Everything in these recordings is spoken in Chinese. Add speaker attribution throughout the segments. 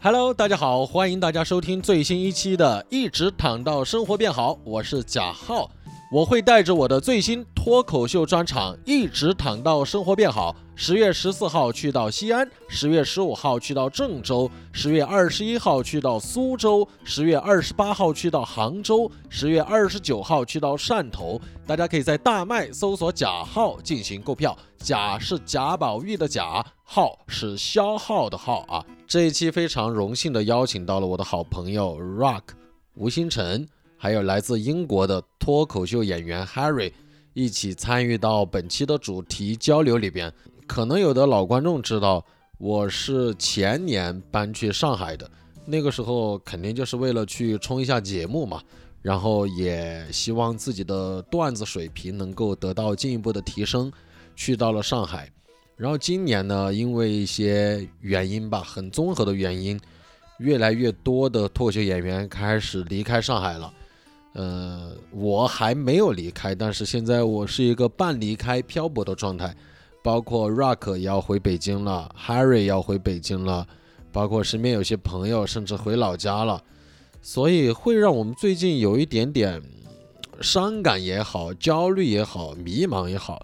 Speaker 1: Hello，大家好，欢迎大家收听最新一期的《一直躺到生活变好》，我是贾浩，我会带着我的最新脱口秀专场《一直躺到生活变好》，十月十四号去到西安，十月十五号去到郑州，十月二十一号去到苏州，十月二十八号去到杭州，十月二十九号去到汕头。大家可以在大麦搜索贾浩进行购票，贾是贾宝玉的贾，浩是消耗的浩啊。这一期非常荣幸的邀请到了我的好朋友 Rock 吴星辰，还有来自英国的脱口秀演员 Harry，一起参与到本期的主题交流里边。可能有的老观众知道，我是前年搬去上海的，那个时候肯定就是为了去冲一下节目嘛，然后也希望自己的段子水平能够得到进一步的提升，去到了上海。然后今年呢，因为一些原因吧，很综合的原因，越来越多的脱口秀演员开始离开上海了。呃，我还没有离开，但是现在我是一个半离开漂泊的状态。包括 Rock 也要回北京了，Harry 也要回北京了，包括身边有些朋友甚至回老家了，所以会让我们最近有一点点嗯伤感也好，焦虑也好，迷茫也好。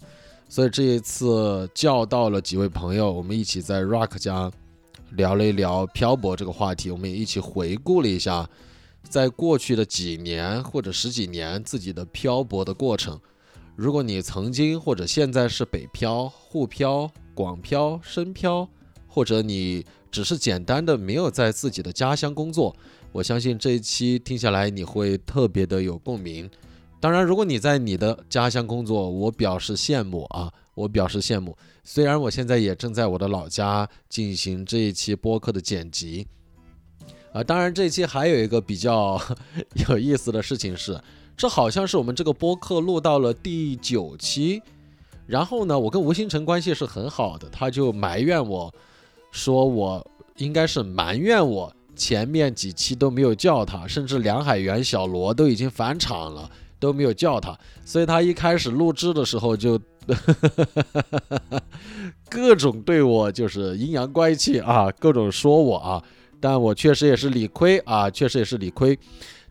Speaker 1: 所以这一次叫到了几位朋友，我们一起在 Rock 家聊了一聊漂泊这个话题，我们也一起回顾了一下，在过去的几年或者十几年自己的漂泊的过程。如果你曾经或者现在是北漂、沪漂、广漂、深漂，或者你只是简单的没有在自己的家乡工作，我相信这一期听下来你会特别的有共鸣。当然，如果你在你的家乡工作，我表示羡慕啊，我表示羡慕。虽然我现在也正在我的老家进行这一期播客的剪辑，啊，当然这一期还有一个比较 有意思的事情是，这好像是我们这个播客录到了第九期，然后呢，我跟吴星辰关系是很好的，他就埋怨我说我应该是埋怨我前面几期都没有叫他，甚至梁海源、小罗都已经返场了。都没有叫他，所以他一开始录制的时候就 各种对我就是阴阳怪气啊，各种说我啊，但我确实也是理亏啊，确实也是理亏。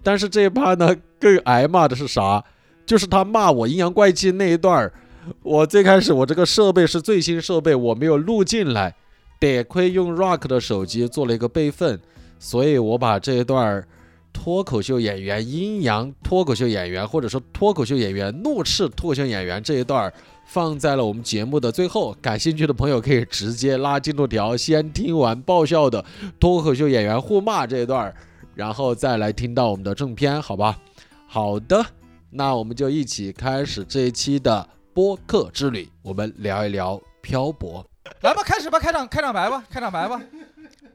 Speaker 1: 但是这一趴呢，更挨骂的是啥？就是他骂我阴阳怪气那一段儿，我最开始我这个设备是最新设备，我没有录进来，得亏用 Rock 的手机做了一个备份，所以我把这一段儿脱口秀演员、阴阳脱口秀演员，或者说脱口秀演员怒斥脱口秀演员这一段儿放在了我们节目的最后。感兴趣的朋友可以直接拉进度条，先听完爆笑的脱口秀演员互骂这一段儿，然后再来听到我们的正片，好吧？好的，那我们就一起开始这一期的播客之旅，我们聊一聊漂泊。
Speaker 2: 来吧，开始吧，开场开场白吧，开场白吧。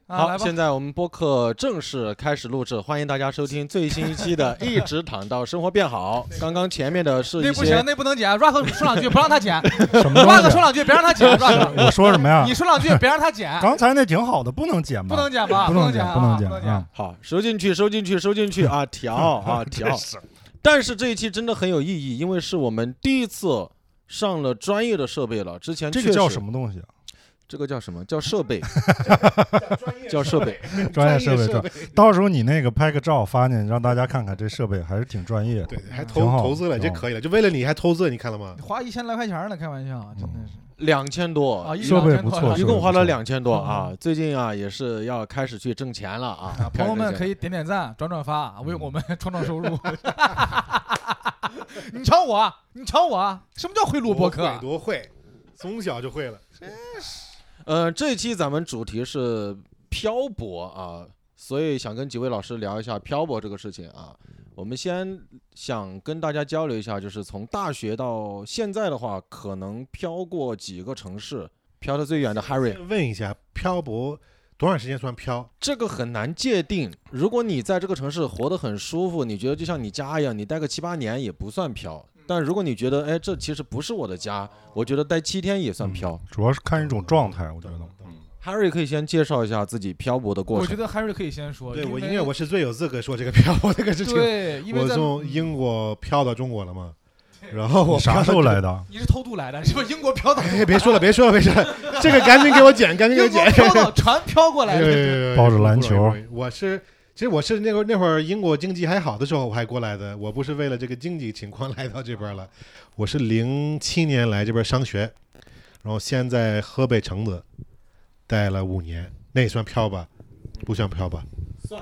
Speaker 2: 啊，
Speaker 1: 好，
Speaker 2: 来吧
Speaker 1: 现。在我们播客正式开始录制，欢迎大家收听最新一期的《一直躺到生活变好》。刚刚前面的是
Speaker 2: 那
Speaker 1: 一
Speaker 2: 不行
Speaker 1: 些，，
Speaker 2: 那不能剪。Rock 啊说两句，不让他剪。
Speaker 3: 什么
Speaker 2: Rock 说
Speaker 3: 东西？啊
Speaker 2: 两句，别让他剪。Rock，
Speaker 3: 我说什么呀
Speaker 2: 你？说两句，别让他剪。
Speaker 3: 刚才那挺好的，不能剪吧？
Speaker 2: 不能剪吧？
Speaker 3: 不
Speaker 2: 能
Speaker 3: 能
Speaker 2: 剪
Speaker 3: 剪，
Speaker 2: 啊，
Speaker 3: 不能剪
Speaker 2: 不能
Speaker 3: 啊！
Speaker 1: 好，收进去，收进去，收进去啊，调啊调。但是这一期真的很有意义，因为是我们第一次上了专业的设备了。之前
Speaker 3: 这个叫什
Speaker 1: 么？
Speaker 3: 么东西啊？
Speaker 1: 这个叫什么？叫设备，叫设备。
Speaker 3: 专业设备，专到时候你那个拍个照发进去，让大家看看这设备还是挺专业的。
Speaker 4: 对，还
Speaker 3: 嗯
Speaker 4: 投
Speaker 3: 挺好
Speaker 4: 投资了，
Speaker 3: 挺
Speaker 4: 这
Speaker 3: 好
Speaker 4: 可以了，就为了你还投资了，你看了吗？
Speaker 2: 花一千来块钱呢，开玩笑，真的是
Speaker 1: 两千多
Speaker 2: 啊，一
Speaker 3: 设备不错
Speaker 2: 两千块
Speaker 1: 一
Speaker 3: 设备
Speaker 1: 共花了
Speaker 3: 不错
Speaker 1: 两千多啊。最近啊，也是要开始去挣钱了啊
Speaker 2: 啊。朋友们可
Speaker 1: 以。
Speaker 2: 以点点赞、转转发，为我们创造收入。 你瞧我，啊你瞧我，什么叫会录播客？啊
Speaker 4: 多会，从小就会了。
Speaker 1: 呃，这期咱们主题是漂泊啊，所以想跟几位老师聊一下漂泊这个事情啊。
Speaker 4: 嗯
Speaker 1: 我们先想跟大家交流一下，就是从大学到现在的话，可能漂过几个城市，漂得最远的 Harry，
Speaker 4: 先问一下，漂泊多长时间算漂？
Speaker 1: 这个很难界定。如果你在这个城市活得很舒服，你觉得就像你家一样，你待个七八年也不算漂。
Speaker 4: 嗯
Speaker 1: 但如果你觉得，哎，这其实不是我的
Speaker 4: 哦
Speaker 1: 家，我觉得待七天也算
Speaker 4: 嗯
Speaker 1: 漂。
Speaker 3: 主要是看一种状态，我觉得。
Speaker 1: Harry 可以先介绍一下自己漂泊的过
Speaker 2: 我觉
Speaker 1: 程。
Speaker 2: 得 Harry 可以先说，
Speaker 4: 对我
Speaker 2: 因
Speaker 4: 因
Speaker 2: 为
Speaker 4: 为我 是最有资格说这个漂泊这个事情。
Speaker 2: 对，因为
Speaker 4: 我
Speaker 2: 在嗯
Speaker 4: 从英国漂到中国了嘛，然后我
Speaker 3: 你啥时候来
Speaker 4: 的？
Speaker 3: 的？
Speaker 2: 你是偷渡来的，是不是英国飘到？
Speaker 4: 哎，别说了，别说了，别说了，这个赶紧给我剪，赶紧给我
Speaker 2: 英国
Speaker 4: 剪。
Speaker 2: 飘到船飘过 来
Speaker 4: 哎呦
Speaker 2: 的。
Speaker 4: 呦呦呦
Speaker 3: 抱着篮球
Speaker 4: 不容易不容易我是，其实我是那会儿那会儿英国经济还好的时候，我还过来的。我不是为了这个经济情况来到这边了，我是零七年来这边上学，然后先在河北承德待了五年，那也算漂吧？不算漂吧？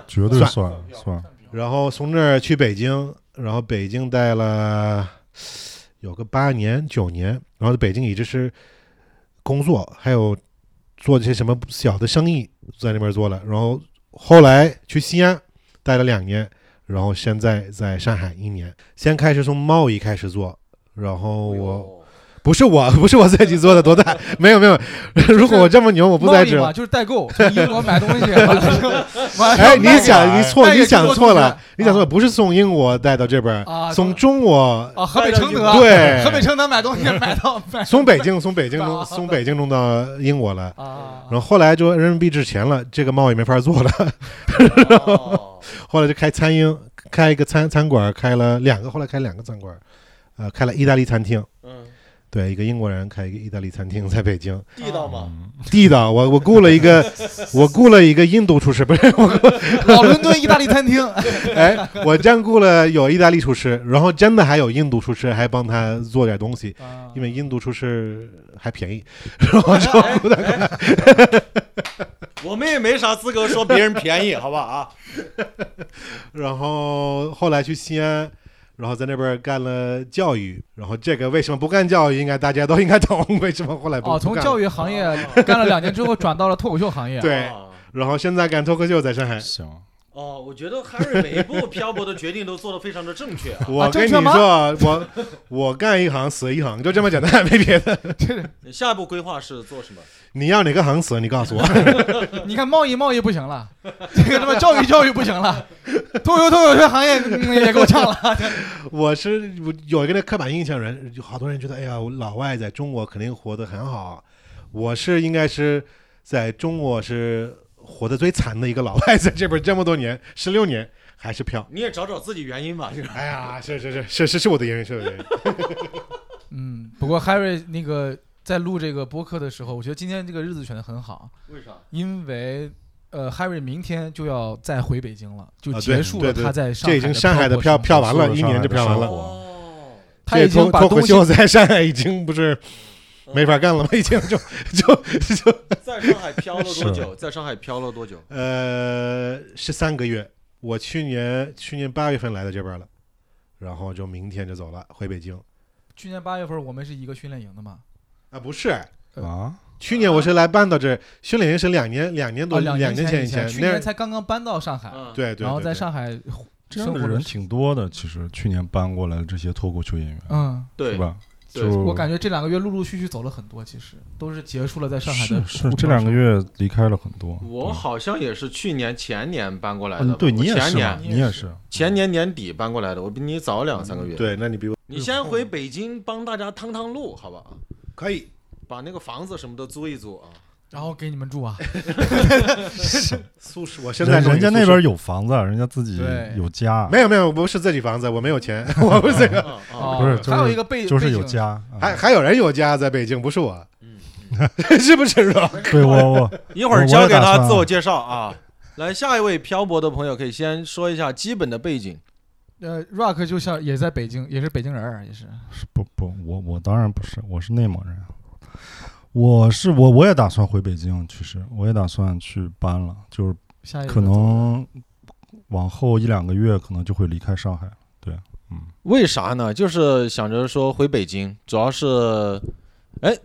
Speaker 3: 绝对
Speaker 4: 算
Speaker 3: 算算。
Speaker 4: 然后从这儿去北京，然后北京待了有个八年九年，然后在北京一直是工作，还有做这些什么小的生意在那边做了。然后后来去西安待了两年，然后现在在上海一年。先开始从贸易开始做，然后我不是我不是我自己做的，多大没有没 有。如果我这么牛，我不在
Speaker 2: 贸易
Speaker 4: 这儿
Speaker 2: 嘛，
Speaker 4: 了。
Speaker 2: 就是代购，从英国买东 西，完了就完了
Speaker 4: 哎，你
Speaker 2: 卖给
Speaker 4: 想你错，
Speaker 2: 卖给
Speaker 4: 你想错
Speaker 2: 中国
Speaker 4: 了，你想错
Speaker 2: 啊
Speaker 4: 了，不是从英国带到这边儿，
Speaker 2: 啊
Speaker 4: 从中 国
Speaker 2: 啊，河北承德，
Speaker 4: 对
Speaker 2: 河北承德买东西买到买
Speaker 4: 从北京从北京
Speaker 2: 啊
Speaker 4: 中从北京中到英国了。
Speaker 2: 啊，
Speaker 4: 然后后来就人民币值钱了，这个贸易没法做了。
Speaker 1: 哦，
Speaker 4: 后来就开餐厅，开一个餐餐馆，开了两个，后来开两个餐馆，呃，开了意大利餐厅。
Speaker 1: 嗯，
Speaker 4: 对，一个英国人开一个意大利餐厅在北京，
Speaker 1: 地道嘛，
Speaker 3: 嗯
Speaker 4: 地道。我我雇了一个，我雇了一个印度厨师，不是我雇，
Speaker 2: 老伦敦意大利餐 厅，
Speaker 4: 哎，我真雇了有意大利厨师，然后真的还有印度厨师，还帮他做点东西，
Speaker 2: 啊
Speaker 4: 因为印度厨师还便宜， 然后就雇他
Speaker 1: 我们也没啥资格说别人便宜，好不好啊？
Speaker 4: 然后后来去西安，然后在那边儿干了教育，然后这个为什么不干教育？应该大家都应该懂为什么后来不
Speaker 2: 哦，从教
Speaker 4: 育，
Speaker 2: 育哦行业干了两年之后，转到了脱口秀行业。
Speaker 4: 对
Speaker 1: 啊
Speaker 4: 然后现在干脱口秀在上
Speaker 2: 啊
Speaker 4: 海。
Speaker 3: 行，
Speaker 1: 哦，我觉得 Harry 每一步漂泊的决定都做得非常的正确啊。
Speaker 4: 我
Speaker 2: 正
Speaker 4: 跟你
Speaker 2: 确吗
Speaker 4: 说，我 我干一行死一行，就这么简单，没别的。
Speaker 1: 下一步规划是做什么？
Speaker 4: 你要哪个行死？你告诉我。
Speaker 2: 你看贸易贸易不行了，这个他妈教育教育不行了，脱口脱口秀行业嗯也够呛了。
Speaker 4: 我是我有一个那刻板印象人，有好多人觉得，哎呀，我老外在中国肯定活得很好，我是应该是在中国是活得最惨的一个老外，在这边这么多年，十六年还是飘。
Speaker 1: 你也找找自己原因吧。这个
Speaker 4: 哎呀，是是是是是是我的原因，是我的原因。
Speaker 2: 嗯，不过 Harry 那个在录这个播客的时候，我觉得今天这个日子选的很好，
Speaker 1: 为啥？
Speaker 2: 因为。呃，Harry 明天就要再回北京了，就
Speaker 4: 啊对
Speaker 2: 结束了
Speaker 4: 对对
Speaker 2: 他在上
Speaker 4: 这
Speaker 2: 海
Speaker 4: 已经上海的
Speaker 2: 漂泊
Speaker 4: 票
Speaker 2: 生活
Speaker 4: 票完
Speaker 3: 所有
Speaker 4: 了，一
Speaker 3: 上海
Speaker 4: 年就
Speaker 3: 的
Speaker 4: 票完
Speaker 3: 生
Speaker 4: 了。
Speaker 3: 活
Speaker 1: 哦，
Speaker 2: 他已
Speaker 4: 这
Speaker 2: 经
Speaker 4: 脱
Speaker 2: 把
Speaker 4: 脱口
Speaker 2: 东西
Speaker 4: 秀在上海已经不是没法干了吗？已经就就就
Speaker 1: 在上海漂了多久？在上海漂了多久？
Speaker 4: 呃是三个月。我去年去年八月份来到这边了，然后就明天就走了，回北京
Speaker 2: 去年八月份我们是一个训练营的嘛，
Speaker 4: 啊，不是。
Speaker 3: 啊，
Speaker 4: 去年我是来搬到这儿，训练营是两年两年多、
Speaker 2: 啊，两
Speaker 4: 年
Speaker 2: 前
Speaker 4: 以前，
Speaker 2: 去
Speaker 4: 那
Speaker 2: 年才刚刚搬到上海，
Speaker 3: 啊
Speaker 1: 嗯，
Speaker 4: 对对对，
Speaker 2: 然后在
Speaker 4: 对
Speaker 2: 上海
Speaker 3: 这
Speaker 2: 生
Speaker 3: 样的
Speaker 2: 活了
Speaker 3: 人挺多的。其实去年搬过来的这些脱口秀演员，
Speaker 2: 嗯，
Speaker 3: 是
Speaker 1: 对？
Speaker 3: 吧？
Speaker 1: 对
Speaker 3: 就
Speaker 2: 我感觉这两个月陆陆续续走了很多，其实都是结束了在上海
Speaker 3: 是
Speaker 2: 的
Speaker 3: 是
Speaker 2: 胡
Speaker 3: 这
Speaker 2: 同
Speaker 3: 两个
Speaker 2: 生
Speaker 3: 月离开了很多。
Speaker 1: 我好像也是去年前年搬过来
Speaker 3: 对
Speaker 1: 的吧，
Speaker 3: 嗯，对
Speaker 1: 我
Speaker 3: 你也
Speaker 1: 前
Speaker 3: 是嘛，
Speaker 1: 年
Speaker 3: 你也是
Speaker 1: 前年年底搬过来的，我比你早两三个
Speaker 3: 嗯
Speaker 1: 月。，
Speaker 4: 对，那你比我
Speaker 1: 你先回北京帮大家趟趟路，好不好？
Speaker 4: 可以。
Speaker 1: 把那个房子什么的租一租啊。
Speaker 2: 然后给你们住啊，
Speaker 4: 宿舍，我现 在
Speaker 3: 人
Speaker 4: 终于
Speaker 3: 人家
Speaker 4: 宿
Speaker 3: 那
Speaker 4: 舍
Speaker 3: 边有房子，人家自己
Speaker 2: 对
Speaker 3: 有家，
Speaker 4: 没有没有，不是自己房子，我没有钱，我不是。
Speaker 1: 啊啊
Speaker 2: 哦
Speaker 3: 不是就是
Speaker 2: 还有一个背
Speaker 3: 就是
Speaker 2: 背
Speaker 3: 有
Speaker 2: 景
Speaker 3: 家。啊
Speaker 4: 还还有人有家在北京，不是我，
Speaker 1: 嗯，
Speaker 4: 是不是说？
Speaker 3: 对我我
Speaker 1: 一会
Speaker 3: 我
Speaker 1: 儿
Speaker 3: 也
Speaker 1: 交给
Speaker 3: 打
Speaker 1: 他
Speaker 3: 算啊
Speaker 1: 自我介绍啊。来，下一位漂泊的朋友可以先说一下基本的背景。
Speaker 2: 呃，Rock 就像也在北京，也是北京人儿，也是
Speaker 3: 是不不，我我当然不是，我是内蒙人。我是我我也打算回北京，其实我也打算去搬了，就是
Speaker 2: 下一个
Speaker 3: 可能往后一两个月可能就会离开上海了。对，嗯，
Speaker 1: 为啥呢？就是想着说回北京，主要是，哎，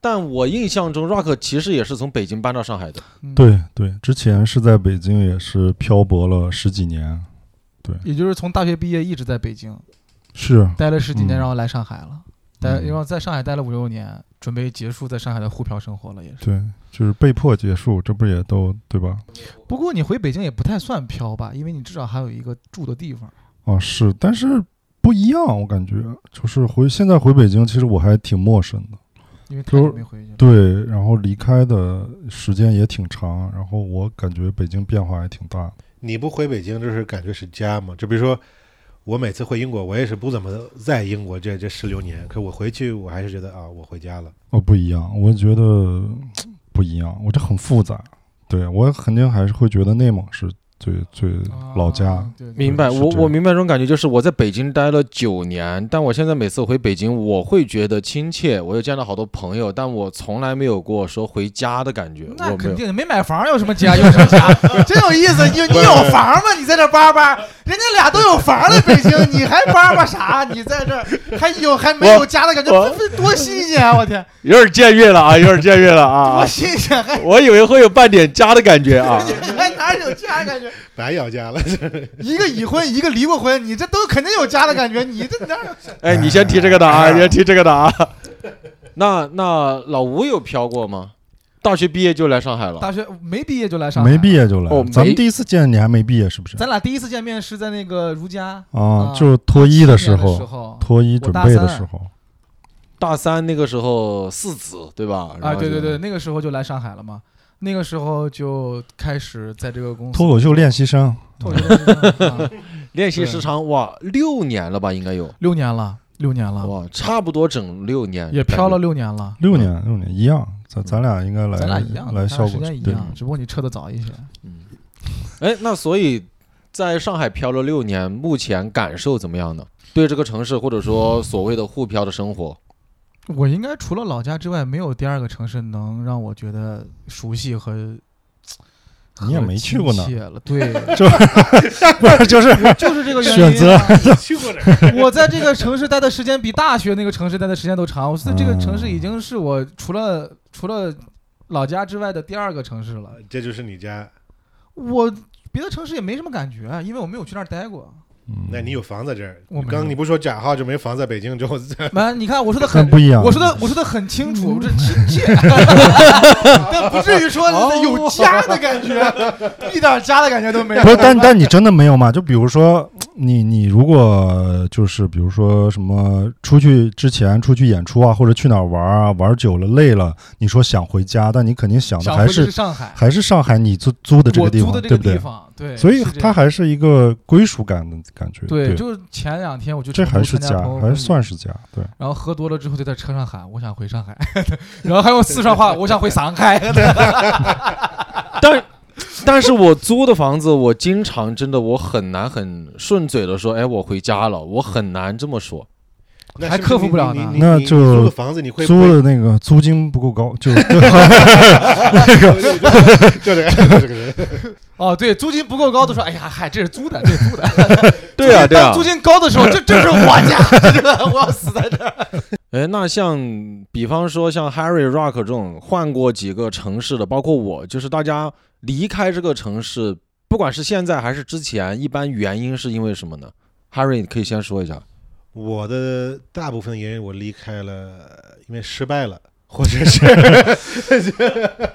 Speaker 1: 但我印象中 Rock 其实也是从北京搬到上海的。
Speaker 2: 嗯，
Speaker 3: 对对，之前是在北京也是漂泊了十几年，
Speaker 2: 也就是从大学毕业一直在北京
Speaker 3: 是
Speaker 2: 待了十几年，
Speaker 3: 嗯
Speaker 2: 然后来上海了，待
Speaker 3: 嗯
Speaker 2: 然后在上海待了五六年，准备结束在上海的沪漂生活了，也是。
Speaker 3: 对，就是被迫结束，这不是也都对吧？
Speaker 2: 不过你回北京也不太算漂吧，因为你至少还有一个住的地方。
Speaker 3: 啊，是，但是不一样，我感觉就是回现在回北京，其实我还挺陌生的。
Speaker 2: 因为太久
Speaker 3: 就是
Speaker 2: 没回去了。
Speaker 3: 对，然后离开的时间也挺长，然后我感觉北京变化也挺大的。
Speaker 4: 你不回北京，这是感觉是家吗？就比如说，我每次回英国，我也是不怎么在英国这这十六年，可我回去，我还是觉得啊，我回家了。
Speaker 3: 哦，不一样，我觉得不一样，我这很复杂。对我肯定还是会觉得内蒙是最最老家。
Speaker 2: 啊对对
Speaker 1: 明白，
Speaker 3: 是
Speaker 1: 我
Speaker 3: 这
Speaker 1: 我
Speaker 3: 样
Speaker 1: 明白嗯这种感觉，就是我在北京待了九年，但我现在每次回北京，我会觉得亲切，我又见到好多朋友，但我从来没有过说回家的感觉。
Speaker 2: 那
Speaker 1: 我没
Speaker 2: 肯
Speaker 1: 有。
Speaker 2: 定没买房，有什么家，有什么 家？真有意思，你你有房吗？你在这叭叭，人家俩都有房了，北京，你还叭叭啥？你在这儿还有还没有家的感觉，
Speaker 1: 我
Speaker 2: 不不多新鲜啊！我天，
Speaker 1: 有点僭越了啊，有 点僭越了啊
Speaker 2: 多！新鲜，还
Speaker 1: 我以为会有半点家的感觉啊。
Speaker 2: 还哪有家的感觉？
Speaker 4: 白要家了，
Speaker 2: 一个已婚，一个离过婚，你这都肯定有家的感觉，你这哪有？
Speaker 1: 哎，你先提这个的啊，你先提这个的啊。那那老吴有飘过吗？大学毕业就来上海了，
Speaker 2: 大学没毕业就来上海，
Speaker 3: 没毕。业就来，
Speaker 1: 哦
Speaker 3: 咱
Speaker 1: 没
Speaker 3: 们第一次见你还没毕业是不是？
Speaker 2: 咱俩第一次见面是在那个如家
Speaker 3: 啊
Speaker 2: 啊，
Speaker 3: 就是脱衣的时
Speaker 2: 见面的时
Speaker 3: 候，
Speaker 2: 候
Speaker 3: 脱衣准备的时候，
Speaker 1: 大三那个时候四子对吧？然
Speaker 2: 啊，
Speaker 1: 后
Speaker 2: 对
Speaker 1: 就
Speaker 2: 对对，，那个时候就来上海了嘛，那个时候就开始在这个公司
Speaker 3: 脱口秀练习生，
Speaker 2: 脱口秀公司啊
Speaker 1: 练习时长哇六年了吧，应该有
Speaker 2: 六年了，六年了，
Speaker 1: 哇，差不多整六年，
Speaker 2: 也飘了六年了。
Speaker 3: 六年六年一样，咱咱俩应该来
Speaker 2: 嗯咱俩一样，
Speaker 3: 来
Speaker 2: 咱俩
Speaker 3: 效
Speaker 2: 时
Speaker 3: 果
Speaker 2: 间一
Speaker 3: 对
Speaker 2: 样，只不过你撤的早一些。
Speaker 1: 哎，那所以在上海漂了六年，目前感受怎么样呢？对这个城市，或者说所谓的沪漂的生活，
Speaker 2: 我应该除了老家之外，没有第二个城市能让我觉得熟悉和。
Speaker 3: 你也没去过呢
Speaker 2: 和亲切了， 对，
Speaker 3: 不是 就是
Speaker 2: 就是这个原因、啊。
Speaker 3: 选择
Speaker 4: 去过 这
Speaker 2: 我在这个城市待的时间比大学那个城市待的时间都长， 我在这个
Speaker 3: 嗯
Speaker 2: 城市已经是我除了除了老家之外的第二个城市了。
Speaker 4: 这就是你家。
Speaker 2: 我别的城市也没什么感觉，啊因为我没有去那儿待过。
Speaker 3: 嗯
Speaker 4: 那嗯你有房在这儿？
Speaker 2: 我没有
Speaker 4: 刚刚你不说贾浩就没房在北京，就
Speaker 2: 完，啊你看我说的
Speaker 3: 很
Speaker 2: 很，
Speaker 3: 不一样。
Speaker 2: 我说的我说的很清楚，我这亲切， 但不至于说有家的感觉，一点家的感觉都没有
Speaker 3: 不。是，但但你真的没有吗？就比如说，你你如果就是比如说什么出去之前出去演出啊，或者去哪儿玩儿啊，玩久了累了，你说想回家，但你肯定想的
Speaker 2: 想
Speaker 3: 还
Speaker 2: 回的是
Speaker 3: 是
Speaker 2: 上海，
Speaker 3: 还是上海你租租的这
Speaker 2: 我
Speaker 3: 个地
Speaker 2: 租
Speaker 3: 方，
Speaker 2: 的这个
Speaker 3: 对不
Speaker 2: 地
Speaker 3: 对？
Speaker 2: 方，对，
Speaker 3: 所以
Speaker 2: 是这
Speaker 3: 它
Speaker 2: 样
Speaker 3: 还是一个归属感的感觉，
Speaker 2: 对，就是前两天我就
Speaker 3: 这
Speaker 2: 成
Speaker 3: 还
Speaker 2: 都
Speaker 3: 是
Speaker 2: 参加
Speaker 3: 家
Speaker 2: 朋，友
Speaker 3: 还
Speaker 2: 婚
Speaker 3: 是
Speaker 2: 礼
Speaker 3: 算是家，对。
Speaker 2: 然后喝多了之后就在车上喊我想回上 海，然后还用四川话我想回上海，
Speaker 1: 但但是我租的房子，我经常真的我很难很顺嘴的说，哎，我回家了，我很难这么说。
Speaker 4: 那
Speaker 2: 还
Speaker 4: 是是
Speaker 2: 克服
Speaker 4: 你
Speaker 2: 不了
Speaker 4: 你
Speaker 2: 呢
Speaker 4: 你
Speaker 3: 那
Speaker 4: 你
Speaker 3: 就
Speaker 4: 租的房子，你会
Speaker 3: 租的那个租金不够高，就
Speaker 4: 就这个就这个
Speaker 2: 哦，对，租金不够高的时候，哎呀，嗨，这是租的，这是租的。
Speaker 1: 对啊，
Speaker 2: 租金
Speaker 1: 对啊
Speaker 2: 当。租金高的时候，这这是我家，这个我要死在这儿。
Speaker 1: 哎，那像比方说像 Harry Rock 这种换过几个城市的，包括我，就是大家离开这个城市，不管是现在还是之前，一般原因是因为什么呢？Harry，你可以先说一下。
Speaker 4: 我的大部分原因我离开了，因为失败了，或者 是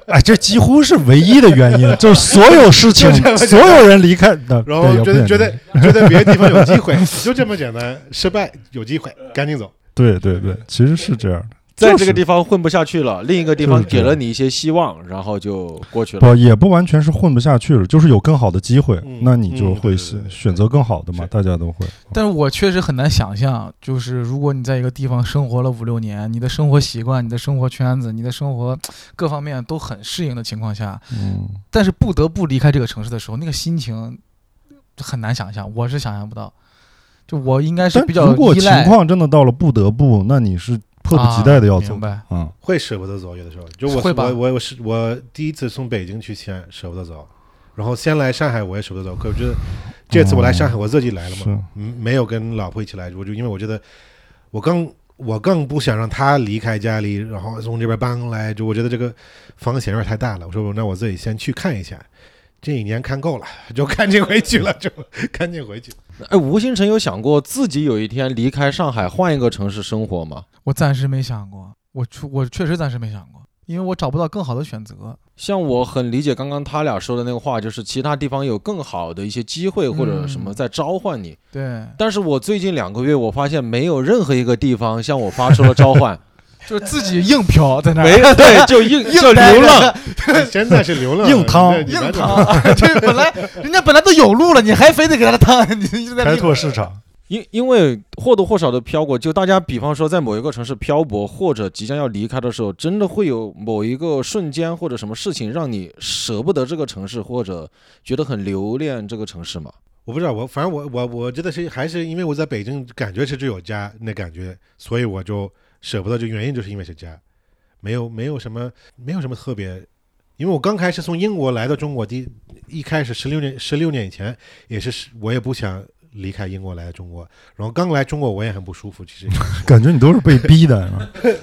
Speaker 3: 哎，这几乎是唯一的原因，就是所有事情
Speaker 4: 就这么，简单
Speaker 3: 所有人离开 的，
Speaker 4: 然
Speaker 3: 对
Speaker 4: 后
Speaker 3: 有不
Speaker 4: 觉得
Speaker 3: 简
Speaker 4: 觉
Speaker 3: 单
Speaker 4: 得觉得别的地方有机 会，就这么简单。失败有机会，赶紧走。
Speaker 3: 对对对，其实是这样的，
Speaker 1: 在
Speaker 3: 就
Speaker 1: 这个
Speaker 3: 是
Speaker 1: 地方混不下去了，另一个地方
Speaker 3: 就是
Speaker 1: 给
Speaker 3: 这样
Speaker 1: 了你一些希望，然后就过去了。
Speaker 3: 不也不完全是混不下去了，就是有更好的机会，
Speaker 4: 嗯
Speaker 3: 那你就
Speaker 4: 嗯对
Speaker 3: 会
Speaker 4: 对
Speaker 3: 选
Speaker 4: 对
Speaker 3: 选择更好的嘛，
Speaker 4: 是
Speaker 3: 大家都会。
Speaker 2: 但是我确实很难想象，就是如果你在一个地方生活了五六年，你的生活习惯、你的生活圈子、你的生活各方面都很适应的情况下，
Speaker 3: 嗯，
Speaker 2: 但是不得不离开这个城市的时候，那个心情很难想象，我是想象不到。就我应该是
Speaker 3: 但
Speaker 2: 比较
Speaker 3: 如果
Speaker 2: 依
Speaker 3: 情
Speaker 2: 赖
Speaker 3: 况真的到了不得不，那你是迫不及待的要走
Speaker 2: 啊明白
Speaker 3: 啊、嗯
Speaker 4: 会舍不得走，有的时候就我
Speaker 2: 会吧
Speaker 4: 我我我是我第一次从北京去西安舍不得走，然后先来上海我也舍不得走，可我觉得这次我来上
Speaker 3: 哦
Speaker 4: 海我自己来了嘛，嗯，没有跟老婆一起来，我就因为我觉得我更我更不想让她离开家里，然后从这边搬来，就我觉得这个风险有点太大了，我说那我自己先去看一下。这一年看够了，就赶紧回去了，就赶紧回去。
Speaker 1: 哎，吴星辰有想过自己有一天离开上海，换一个城市生活吗？
Speaker 2: 我暂时没想过，我确我确实暂时没想过，因为我找不到更好的选择。
Speaker 1: 像我很理解刚刚他俩说的那个话，就是其他地方有更好的一些机会或者什么
Speaker 2: 嗯
Speaker 1: 在召唤你。
Speaker 2: 对，
Speaker 1: 但是我最近两个月，我发现没有任何一个地方向我发出了召唤，
Speaker 2: 就是自己硬飘在那儿，
Speaker 1: 没 对，就硬
Speaker 2: 硬
Speaker 1: 就
Speaker 2: 待
Speaker 1: 流
Speaker 2: 着
Speaker 1: 浪。
Speaker 4: 真的是流浪，
Speaker 3: 硬趟
Speaker 4: 对你
Speaker 2: 硬
Speaker 4: 完 全
Speaker 2: 趟。这本来人家本来都有路了，你还非得给他趟，你你就在那
Speaker 3: 开拓市场，
Speaker 1: 因因为或多或少的漂过，就大家比方说在某一个城市漂泊或者即将要离开的时候，真的会有某一个瞬间或者什么事情让你舍不得这个城市，或者觉得很留恋这个城市嘛？
Speaker 4: 我不知道，我反正我我我真的是还是因为我在北京感觉是只有家那感觉，所以我就舍不得。就原因就是因为是家，没有没有什么没有什么特别。因为我刚开始从英国来到中国第一一开始十六年十六年以前也是十我也不想离开英国来中国，然后刚来中国我也很不舒服，其实
Speaker 3: 感觉你都是被逼的，啊是吧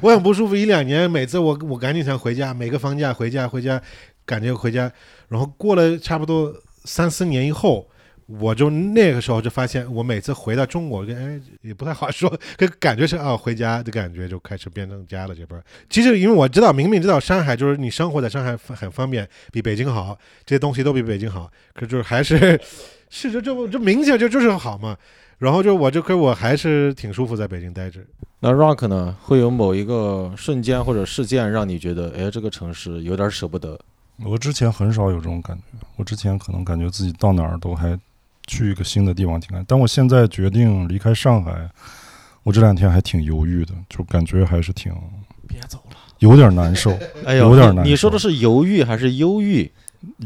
Speaker 4: 我很不舒服一两年，每次我我赶紧想回家，每个放假回家回家，感觉回家，然后过了差不多三四年以后，我就那个时候就发现，我每次回到中国，哎，也不太好说，可感觉是啊、回家的感觉就开始变成家了这边。其实因为我知道，明明知道上海就是你生活在上海很方便，比北京好，这些东西都比北京好，可就是还是 是这这这明显就就是好嘛。然后就我就可我还是挺舒服在北京待着。
Speaker 1: 那 Rock 呢，会有某一个瞬间或者事件让你觉得，哎，这个城市有点舍不得。
Speaker 3: 我之前很少有这种感觉，我之前可能感觉自己到哪儿都还去一个新的地方挺开心，但我现在决定离开上海，我这两天还挺犹豫的，就感觉还是挺
Speaker 2: 别走了，
Speaker 3: 有点难受，
Speaker 1: 哎
Speaker 3: 呦有点难
Speaker 1: 你说的
Speaker 3: 受
Speaker 1: 是犹豫还是忧郁？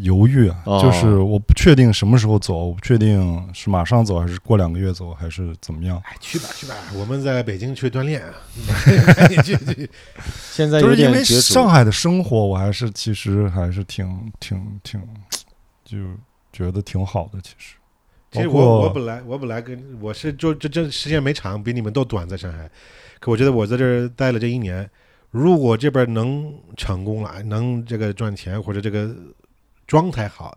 Speaker 3: 犹豫啊，
Speaker 1: 哦
Speaker 3: 就是我不确定什么时候走，我不确定是马上走还是过两个月走还是怎么样，
Speaker 4: 哎，去吧去吧，我们在北京去锻炼啊， 赶紧去去。
Speaker 1: 现在
Speaker 3: 就
Speaker 1: 有
Speaker 3: 是因
Speaker 1: 点
Speaker 3: 为
Speaker 1: 角逐
Speaker 3: 上。海的生活，我还是其实还是挺挺挺，就觉得挺好的，其实。
Speaker 4: 其实
Speaker 3: 包括
Speaker 4: 我我本来我本来跟我是就这这时间没长，比你们都短，在上海。可我觉得我在这儿待了这一年，如果这边能成功了，能这个赚钱或者这个状态好，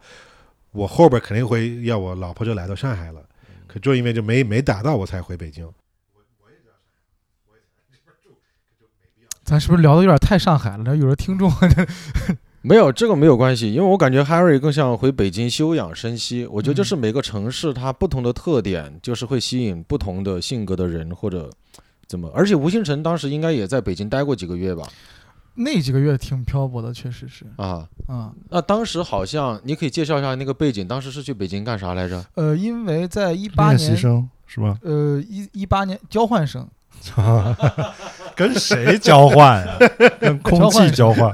Speaker 4: 我后边肯定会要我老婆就来到上海了。
Speaker 1: 嗯
Speaker 4: 可就因为就没没达到，我才回北京。
Speaker 2: 咱是不是聊的有点太上海了？然后有的听众
Speaker 1: 没有这个没有关系，因为我感觉 Harry 更像回北京休养生息。我觉得这
Speaker 2: 嗯
Speaker 1: 是每个城市它不同的特点，就是会吸引不同的性格的人或者怎么。而且吴星辰当时应该也在北京待过几个月吧？
Speaker 2: 那几个月挺漂泊的，确实是
Speaker 1: 啊，
Speaker 2: 啊、
Speaker 1: 那当时好像你可以介绍一下那个背景，当时是去北京干啥来着？
Speaker 2: 呃，因为在一八
Speaker 3: 练习
Speaker 2: 年，
Speaker 3: 生 是吧？
Speaker 2: 呃，一一八年交换生，
Speaker 3: 跟谁交换 呀、跟空气交换。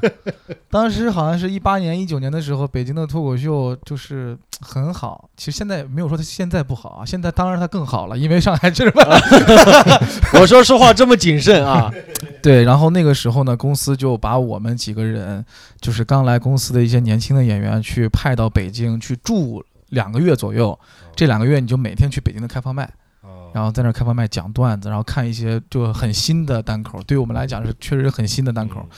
Speaker 2: 当时好像是一八年、一九年的时候，北京的脱口秀就是嘖很好。其实现在也没有说它现在不好啊，现在当然它更好了，因为上海这边
Speaker 1: 啊我说实话这么谨慎啊，
Speaker 2: 对。然后那个时候呢，公司就把我们几个人，就是刚来公司的一些年轻的演员，去派到北京去住两个月左右。这两个月你就每天去北京的开放麦，
Speaker 4: 哦
Speaker 1: 哦
Speaker 2: 然后在那儿开放麦讲段子，然后看一些就很新的单口，对于我们来讲是确实很新的
Speaker 1: 嗯
Speaker 2: 单口。
Speaker 4: 嗯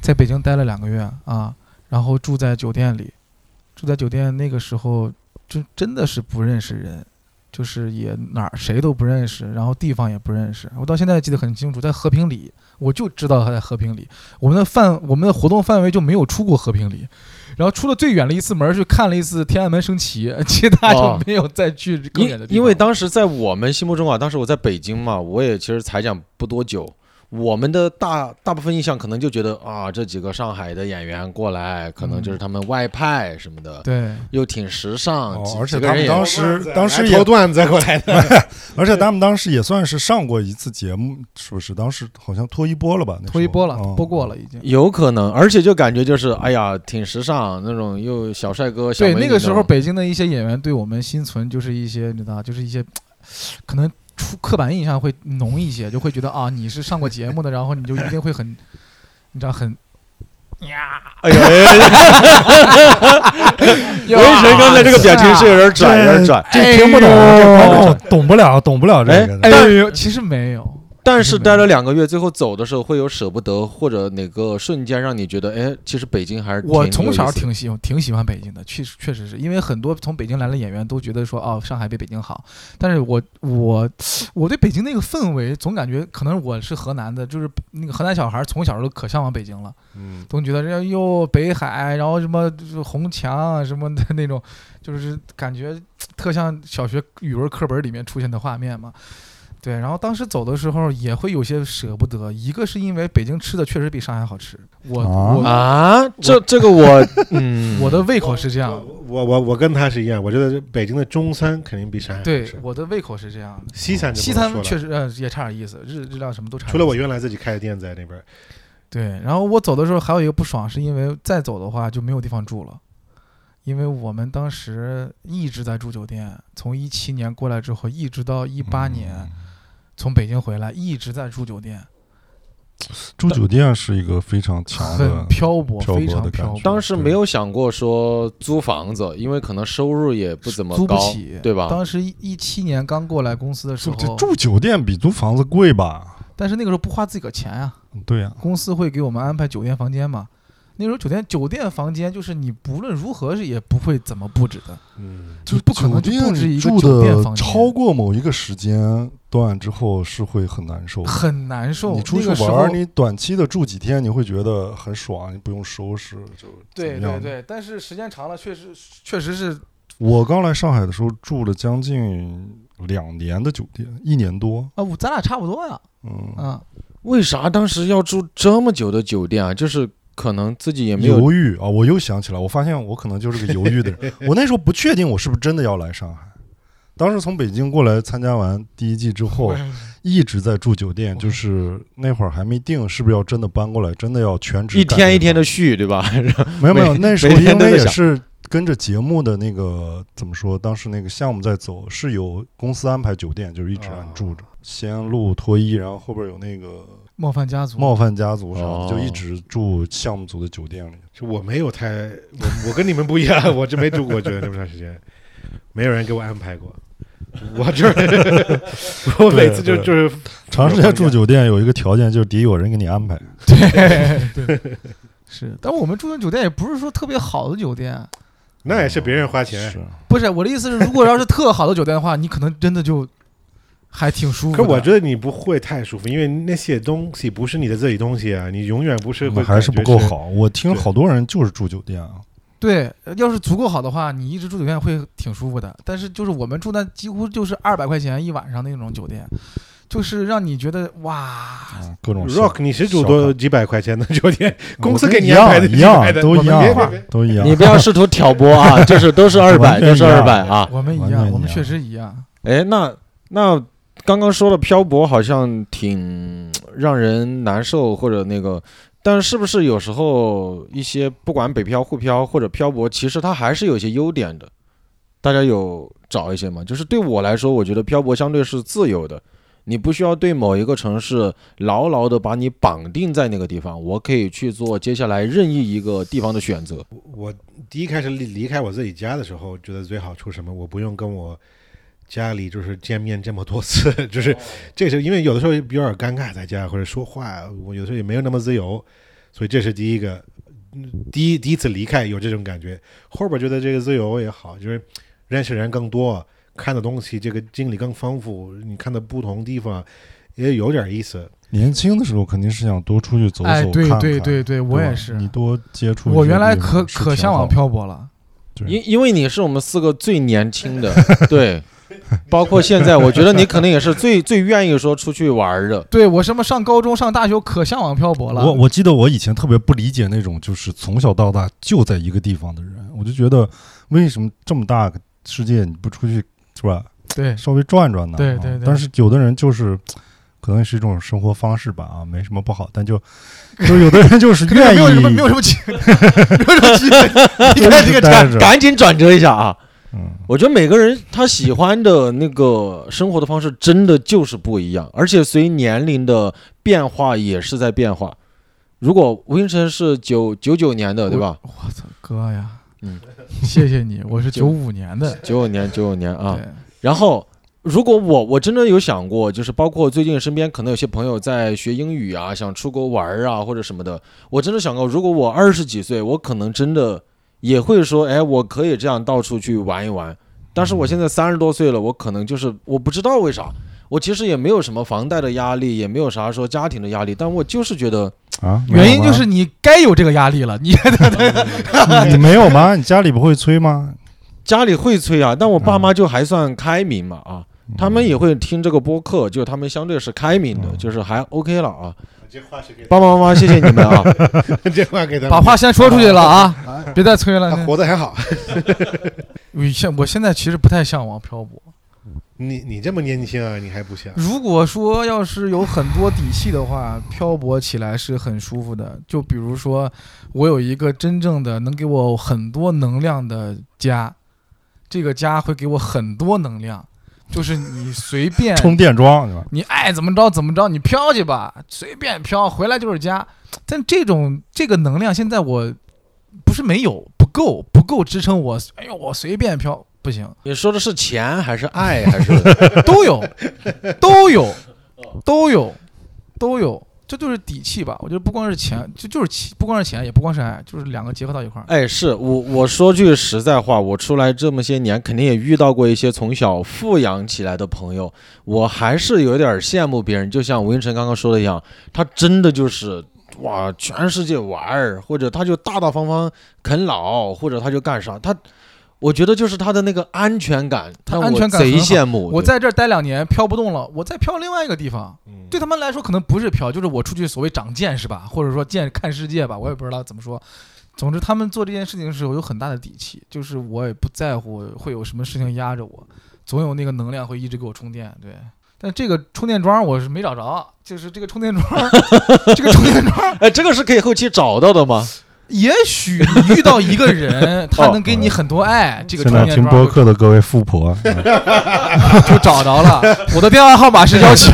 Speaker 2: 在北京待了两个月啊，然后住在酒店里，住在酒店那个时候就真的是不认识人，就是也哪儿谁都不认识，然后地方也不认识。我到现在记得很清楚，在和平里，我就知道他在和平里，我们的范我们的活动范围就没有出过和平里。 然后出了最远的一次门儿，去看了一次天安门升旗，其他就
Speaker 1: 哦
Speaker 2: 没有再去更远
Speaker 1: 因
Speaker 2: 的地方。
Speaker 1: 因为当时在我们心目中啊，当时我在北京嘛，我也其实才讲不多久。我们的大大部分印象可能就觉得啊，这几个上海的演员过来，可能就是
Speaker 2: 嗯
Speaker 1: 他们外派什么的，
Speaker 2: 对，
Speaker 1: 又挺时尚，
Speaker 3: 哦
Speaker 1: 几
Speaker 3: 而且
Speaker 1: 几个
Speaker 3: 他
Speaker 1: 人
Speaker 3: 们
Speaker 1: 也
Speaker 3: 当时当时
Speaker 4: 投
Speaker 3: 也，
Speaker 4: 段子过来的，
Speaker 3: 而且他们当时也算是上过一次节目，是不是？当时好像脱一波了吧？那时候
Speaker 2: 脱一波了，
Speaker 3: 嗯
Speaker 2: 播过了已经。
Speaker 1: 有可能，而且就感觉就是哎呀，挺时尚那种，又小帅哥，小
Speaker 2: 对，
Speaker 1: 美女
Speaker 2: 那个时候
Speaker 1: 种
Speaker 2: 北京的一些演员对我们心存就是一些，你知道，就是一些嗯可能出刻板印象会浓一些，就会觉得啊，你是上过节目的，然后你就一定会很，你知道很。
Speaker 1: 哎呦哎呦，哎呦文神刚才这个表情是有 点拽，有点拽。
Speaker 3: 这听不懂，
Speaker 1: 啊
Speaker 3: 这观众哦懂不了，懂不了这个。
Speaker 1: 哎
Speaker 2: 哎呦，其实没有，
Speaker 1: 但是待了两个月，最后走的时候会有舍不得，或者哪个瞬间让你觉得，哎，其实北京还是
Speaker 2: 我
Speaker 1: 挺有
Speaker 2: 从
Speaker 1: 意
Speaker 2: 小
Speaker 1: 思的
Speaker 2: 挺喜欢挺喜欢北京的，确实确实是因为很多从北京来的演员都觉得说哦，上海比北京好，但是我我我对北京那个氛围总感觉可能我是河南的，就是那个河南小孩从小都可向往北京了。
Speaker 4: 嗯，
Speaker 2: 总觉得这哟北海，然后什么就是红墙啊什么的 那种，就是感觉特像小学语文课本里面出现的画面嘛。对，然后当时走的时候也会有些舍不得，一个是因为北京吃的确实比上海好吃，我、
Speaker 3: 啊
Speaker 2: 我、
Speaker 1: 啊，这这个 我，嗯，
Speaker 2: 我的胃口哦是这样，
Speaker 4: 哦我我我跟他是一样，我觉得北京的中餐肯定比上海好
Speaker 2: 对
Speaker 4: 吃，
Speaker 2: 我的胃口是这样。
Speaker 4: 西餐就
Speaker 2: 西
Speaker 4: 不用
Speaker 2: 餐
Speaker 4: 说了
Speaker 2: 确实呃也差点意思，日日料什么都差点意思。
Speaker 4: 除了我原来自己开的店在那边儿，
Speaker 2: 对，然后我走的时候还有一个不爽，是因为再走的话就没有地方住了，因为我们当时一直在住酒店，从一七年过来之后，一直到一八年、从北京回来，一直在住酒店，
Speaker 3: 住酒店是一个非常强的
Speaker 2: 很，漂泊，
Speaker 3: 漂泊
Speaker 2: 非
Speaker 3: 的
Speaker 2: 常
Speaker 3: 感
Speaker 2: 漂
Speaker 3: 觉
Speaker 2: 泊，
Speaker 1: 当时没有想过说租房子，因为可能收入也不怎么
Speaker 2: 租不
Speaker 1: 高，啊
Speaker 2: 起，
Speaker 1: 对吧？
Speaker 2: 当时一七年刚过来公司的时
Speaker 3: 住
Speaker 2: 候，
Speaker 3: 住酒店比租房子贵吧？
Speaker 2: 但是那个时候不花自己的钱啊，
Speaker 3: 对呀、
Speaker 2: 公司会给我们安排酒店房间嘛。那时候酒店酒店房间就是你不论如何是也不会怎么布置的，
Speaker 4: 嗯，
Speaker 2: 就不可能就
Speaker 3: 酒店
Speaker 2: 布置一个
Speaker 3: 住
Speaker 2: 酒店
Speaker 3: 的
Speaker 2: 房间
Speaker 3: 超过某一个时间段之后是会很难受的。
Speaker 2: 很难受。
Speaker 3: 你出去
Speaker 2: 那个时
Speaker 3: 玩
Speaker 2: 候
Speaker 3: 儿，你短期的住几天，你会觉得很爽，你不用收拾，就
Speaker 2: 对
Speaker 3: 怎么
Speaker 2: 对
Speaker 3: 样
Speaker 2: 对，但是时间长了，确实确实是
Speaker 3: 我刚来上海的时候住了将近两年的酒店，一年多。
Speaker 2: 啊，我咱俩差不多呀，
Speaker 3: 嗯，
Speaker 2: 啊，
Speaker 1: 为啥当时要住这么久的酒店啊？就是可能自己也没有
Speaker 3: 犹豫啊、我又想起来，我发现我可能就是个犹豫的 人。我那时候不确定我是不是真的要来上海。当时从北京过来参加完第一季之后，一直在住酒店，就是那会儿还没定是不是要真的搬过来，真的要全职
Speaker 1: 一
Speaker 3: 干
Speaker 1: 天
Speaker 3: 这
Speaker 1: 一
Speaker 3: 个
Speaker 1: 天的续，对吧？
Speaker 3: 没有没有，
Speaker 1: 每
Speaker 3: 那时候
Speaker 1: 每天
Speaker 3: 因
Speaker 1: 都
Speaker 3: 为
Speaker 1: 在
Speaker 3: 也
Speaker 1: 想
Speaker 3: 是跟着节目的那个怎么说，当时那个项目在走，是有公司安排酒店，就是一直让你住
Speaker 1: 哦
Speaker 3: 着。先录脱衣，然后后边有那个
Speaker 2: 冒犯家族，
Speaker 3: 冒犯家族啥的，
Speaker 1: 哦
Speaker 3: 就一直住项目组的酒店里。
Speaker 4: 就我没有太我我跟你们不一样， 我这没住过酒店这么长时间，没有人给我安排过，我就是我每次就
Speaker 3: 对对
Speaker 4: 就是
Speaker 3: 长时间住酒店有一个条件，就是得有人给你安排。
Speaker 2: 对对，是，但我们住的酒店也不是说特别好的酒店，
Speaker 4: 那也是别人花钱
Speaker 3: 是，，
Speaker 2: 不是我的意思是，如果要是特好的酒店的话，你可能真的就还挺舒服的。
Speaker 4: 可我觉得你不会太舒服，因为那些东西不是你的自己东西啊，你永远不是会
Speaker 3: 我还
Speaker 4: 是
Speaker 3: 是不够。好。我听好多人就是住酒店啊，
Speaker 2: 对，呃要是足够好的话，你一直住酒店会挺舒服的。但是就是我们住那几乎就是二百块钱一晚上那种酒店，就是让你觉得哇，
Speaker 3: 啊各种事
Speaker 4: Rock，你是住多几百块钱的酒店，公司
Speaker 3: 我
Speaker 4: 给
Speaker 3: 跟
Speaker 4: 你
Speaker 3: 一
Speaker 4: 安
Speaker 3: 样
Speaker 4: 排的
Speaker 3: 一
Speaker 4: 几百
Speaker 3: 样啊
Speaker 4: 的
Speaker 3: 都
Speaker 4: 我
Speaker 3: 一
Speaker 4: 们别别
Speaker 3: 样
Speaker 4: 别
Speaker 3: 都一 样
Speaker 1: 你。不要试图挑拨 啊，就是都是二百，
Speaker 3: 完全
Speaker 1: 都是
Speaker 3: 一
Speaker 1: 二
Speaker 3: 样
Speaker 1: 百啊。
Speaker 2: 我们一
Speaker 3: 完
Speaker 2: 样，
Speaker 3: 全
Speaker 2: 我
Speaker 3: 一
Speaker 2: 们
Speaker 3: 样
Speaker 2: 确实一样。
Speaker 1: 哎，那那刚刚说了漂泊好像挺让人难受或者那个，但是不是有时候一些不管北漂、沪漂或者漂泊，其实它还是有一些优点的。大家有找一些吗？就是对我来说，我觉得漂泊相对是自由的，你不需要对某一个城市牢牢的把你绑定在那个地方，我可以去做接下来任意一个地方的选择。
Speaker 4: 我第一开始离离开我自己家的时候，觉得最好处是什么？我不用跟我家里就是见面这么多次，就是这是因为有的时候有点尴尬，在家或者说话，我有时候也没有那么自由，所以这是第一个，嗯第一第一次离开有这种感觉。后边觉得这个自由也好，就是认识人更多，看的东西这个经历更丰富，你看的不同地方也有点意思。
Speaker 3: 年轻的时候肯定是想多出去走走
Speaker 2: 哎，
Speaker 3: 看
Speaker 2: 对
Speaker 3: 看。
Speaker 2: 对对对，我
Speaker 3: 对吧
Speaker 2: 也是。
Speaker 3: 你多接触一些地方
Speaker 2: 我
Speaker 3: 是挺好的。
Speaker 2: 原来可可向往漂泊了，
Speaker 3: 对，
Speaker 1: 因因为你是我们四个最年轻的， 对，包括现在，我觉得你可能也是最 最愿意说出去玩儿的。
Speaker 2: 对我什么上高中、上大学可向往漂泊了。
Speaker 3: 我我记得我以前特别不理解那种就是从小到大就在一个地方的人，我就觉得为什么这么大个世界你不出去是吧？
Speaker 2: 对
Speaker 3: 稍微转转呢？
Speaker 2: 对
Speaker 3: 啊
Speaker 2: 对对
Speaker 3: 但是有的人就是。可能是一种生活方式吧，啊，没什么不好，但就就有的人就是 愿
Speaker 2: 没有什
Speaker 3: 意
Speaker 2: 么没有什 么机会，没有什么机会。你看这个展，
Speaker 3: 待
Speaker 1: 赶
Speaker 3: 着
Speaker 1: 赶紧转折一下啊！
Speaker 3: 嗯，
Speaker 1: 我觉得每个人他喜欢的那个生活的方式真的就是不一样，而且随年龄的变化也是在变化。如果吴星辰是九九九年的，对吧？
Speaker 2: 我操哥呀，
Speaker 1: 嗯，
Speaker 2: 谢谢你，我是
Speaker 1: 就
Speaker 2: 九五年的，
Speaker 1: 九九年，九九年啊。
Speaker 2: 对，
Speaker 1: 然后，如果我我真的有想过，就是包括最近身边可能有些朋友在学英语啊，想出国玩儿啊或者什么的，我真的想过，如果我二十几岁，我可能真的也会说，哎，我可以这样到处去玩一玩。但是我现在三十多岁了，我可能就是我不知道为啥，我其实也没有什么房贷的压力，也没有啥说家庭的压力，但我就是觉得
Speaker 3: 啊，没有
Speaker 2: 原因
Speaker 3: 吗
Speaker 2: 就是你该有这个压力了，你
Speaker 3: 你没有吗？你家里不会催吗？
Speaker 1: 家里会催啊，但我爸妈就还算开明嘛啊。他们也会听这个播客，就他们相对是开明的，就是还 OK 了啊。
Speaker 4: 这话是给
Speaker 1: 爸爸妈妈，谢谢你们啊！
Speaker 4: 这话给他
Speaker 2: 把话先说出去了 啊，别再催
Speaker 4: 他
Speaker 2: 了。
Speaker 4: 活得还好。
Speaker 2: 我现我现在其实不太向往漂泊。
Speaker 4: 你你这么年轻啊，你还不想？
Speaker 2: 如果说要是有很多底气的话，漂泊起来是很舒服的。就比如说，我有一个真正的能给我很多能量的家，这个家会给我很多能量。就是你随便
Speaker 3: 嗯充电桩对吧？
Speaker 2: 你爱怎么着怎么着，你飘去吧，随便飘，回来就是家。但这种这个能量，现在我不是没有，不够，不够支撑我。哎呦，我随便飘不行，
Speaker 1: 你说的是钱还是爱还是？
Speaker 2: 都有，都有，都有，都有。这就是底气吧？我觉得不光是钱，就就是气，不光是钱，也不光是爱，就是两个结合到一块儿。
Speaker 1: 哎，是我我说句实在话，我出来这么些年，肯定也遇到过一些从小富养起来的朋友，我还是有点羡慕别人。就像吴云成刚刚说的一样，他真的就是哇，全世界玩儿，或者他就大大方方啃老，或者他就干啥，他我觉得就是他的那个安全感，
Speaker 2: 他
Speaker 1: 让
Speaker 2: 安
Speaker 1: 我
Speaker 2: 全感
Speaker 1: 贼
Speaker 2: 很好
Speaker 1: 羡慕。
Speaker 2: 我
Speaker 1: 对
Speaker 2: 在这儿待两年，飘不动了，我再飘另外一个地方。
Speaker 4: 嗯
Speaker 2: 对他们来说可能不是飘，就是我出去所谓长见识吧，或者说见看世界吧，我也不知道怎么说。总之，他们做这件事情的时候有很大的底气，就是我也不在乎会有什么事情压着我，总有那个能量会一直给我充电。对，但这个充电桩我是没找着，就是这个充电桩， 这个充电桩，
Speaker 1: 哎，这个是可以后期找到的吗？
Speaker 2: 也许你遇到一个人，他能给你很多爱，这个
Speaker 3: 现
Speaker 2: 充
Speaker 3: 在
Speaker 2: 电
Speaker 3: 听播
Speaker 2: 桩
Speaker 3: 客的各位富婆，嗯
Speaker 2: 就找着了。我的电话号码是幺七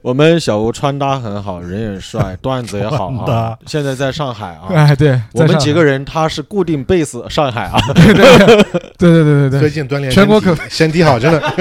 Speaker 1: 我们小吴穿搭很好，人也帅，段子也好
Speaker 3: 穿
Speaker 1: 啊
Speaker 3: 搭。
Speaker 1: 现在在上海啊，
Speaker 2: 哎，对，
Speaker 1: 我
Speaker 2: 在
Speaker 1: 们
Speaker 2: 上
Speaker 1: 几
Speaker 2: 海
Speaker 1: 个人他是固定 base 上海啊，
Speaker 2: 对对对对对对
Speaker 4: 最
Speaker 2: 对，
Speaker 4: 近锻炼
Speaker 2: 全国
Speaker 4: 身体身体好，真 的。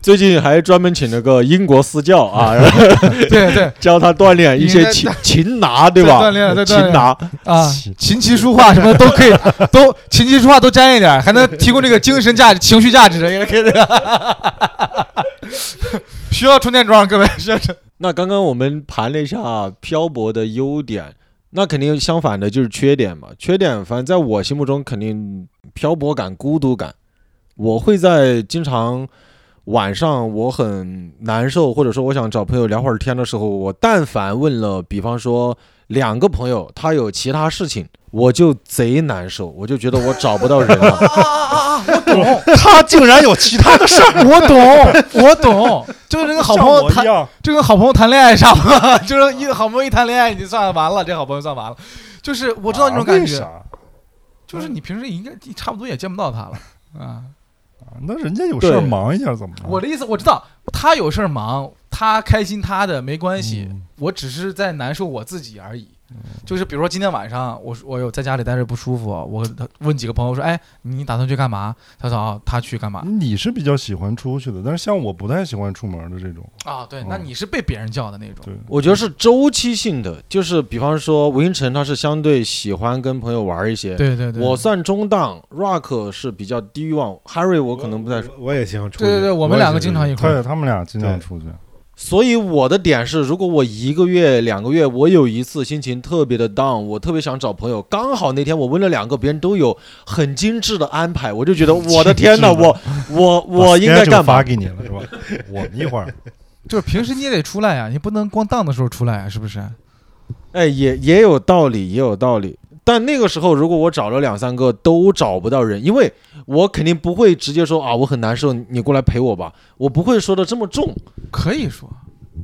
Speaker 1: 最近还专门请了个英国私教啊，
Speaker 2: 对对
Speaker 1: 教他锻炼一
Speaker 2: 应
Speaker 1: 些
Speaker 2: 该
Speaker 1: 擒擒拿，对吧？
Speaker 2: 锻炼在锻
Speaker 1: 擒
Speaker 2: 炼
Speaker 1: 拿，
Speaker 2: 啊
Speaker 3: 琴，
Speaker 2: 琴棋书画什么都可以， 都琴棋书画都沾一点儿，还能提供这个精神价值、情绪价值， 也可以的。需要充电桩，各位需要充
Speaker 1: 那刚刚我们盘了一下漂泊的优点，那肯定相反的就是缺点嘛。缺点，反正在我心目中肯定漂泊感、孤独感。我会在经常晚上我很难受，或者说我想找朋友聊会儿天的时候，我但凡问了，比方说两个朋友，他有其他事情，我就贼难受，我就觉得我找不到人了。
Speaker 2: 啊啊啊！我懂，
Speaker 4: 他竟然有其他的事儿，
Speaker 2: 我懂，我懂， 就是 跟好朋
Speaker 3: 像
Speaker 2: 友
Speaker 3: 我一
Speaker 2: 谈，
Speaker 3: 样，
Speaker 2: 就跟好朋友谈恋爱啥的， 就是一好朋友一谈恋爱，你就算完了，这好朋友算完了，就是我
Speaker 4: 我
Speaker 2: 知道那种感
Speaker 4: 啊
Speaker 2: 觉，就是你平时应该差不多也见不到他了啊。
Speaker 3: 那人家有事儿
Speaker 1: 对
Speaker 3: 忙一下怎么了？
Speaker 2: 我的意思我知道，他有事儿忙，他开心他的没关系，
Speaker 3: 嗯
Speaker 2: 我只是在难受我自己而已。就是比如说今天晚上，我我有在家里待着不舒服，我问几个朋友说，哎，你打算去干嘛？他说哦，他去干嘛？
Speaker 3: 嗯你是比较喜欢出去的，但是像我不太喜欢出门的这种。
Speaker 2: 啊、对，
Speaker 3: 嗯
Speaker 2: 那你是被别人叫的那种
Speaker 3: 对，
Speaker 1: 我觉得是周期性的，就是比方说吴云成他是相对喜欢跟朋友玩一些，
Speaker 2: 对对对，
Speaker 1: 我算中档，Rock 是比较低欲望，Harry 我可能不太说。
Speaker 4: 我我也喜欢出去。
Speaker 2: 对对对，我们两个经常一块
Speaker 3: 他
Speaker 2: 儿，
Speaker 3: 他们俩经常
Speaker 4: 对
Speaker 3: 出去，
Speaker 1: 所以我的点是，如果我一个月、两个月，我有一次心情特别的 down，我特别想找朋友，刚好那天我问了两个，别人都有很精致的安排，我就觉得我的天 呐，
Speaker 3: 精致的
Speaker 1: 我我
Speaker 3: 把
Speaker 1: 我应该
Speaker 3: schedule
Speaker 1: 干嘛
Speaker 3: 发？给你了是吧？ 我们一 会儿
Speaker 2: 就是平时你也得出来呀、你不能光荡的时候出来呀、是不是？
Speaker 1: 哎，也也有道理，也有道理。但那个时候，如果我找了两三个都找不到人，因为我肯定不会直接说啊，我很难受，你过来陪我吧，我不会说的这么重。
Speaker 2: 可以说，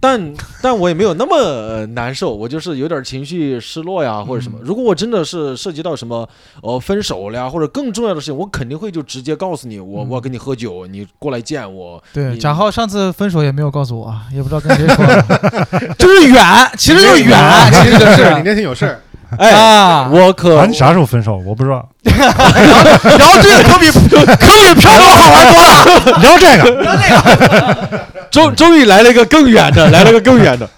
Speaker 1: 但但我也没有那么呃难受，我就是有点情绪失落呀，或者什么
Speaker 2: 嗯。
Speaker 1: 如果我真的是涉及到什么呃分手了呀，或者更重要的事情，我肯定会就直接告诉你，我
Speaker 2: 嗯
Speaker 1: 我要跟你喝酒，你过来见我。
Speaker 2: 对，
Speaker 1: 你
Speaker 2: 贾浩上次分手也没有告诉我，也不知道跟谁说了，就是远，其实就是远，啊 其实就
Speaker 4: 不
Speaker 2: 是
Speaker 4: 啊是你那天有事儿，
Speaker 1: 哎，
Speaker 2: 啊，
Speaker 1: 我可
Speaker 3: 啊，你啥时候分手？我不 知道。
Speaker 2: 然后这个可比可比漂泊好玩多了。
Speaker 3: 聊这个，
Speaker 1: 终终于来了一个更远的，来了个更远
Speaker 2: 嗯哦
Speaker 1: 的。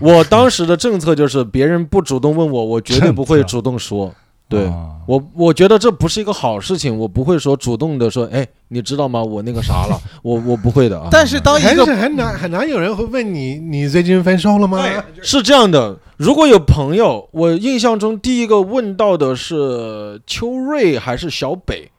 Speaker 1: 我当时的政策就是，别人不主动问我，我绝对不会主动说。对
Speaker 3: 啊
Speaker 1: 我我觉得这不是一个好事情，我不会说主动的说，哎，你知道吗？我那个啥了，我我不会的啊。
Speaker 2: 但是当一
Speaker 4: 还
Speaker 2: 个
Speaker 4: 是很难很难有人会问你，你最近分手了吗？
Speaker 1: 是这样的，如果有朋友，我印象中第一个问到的是秋瑞还是小北，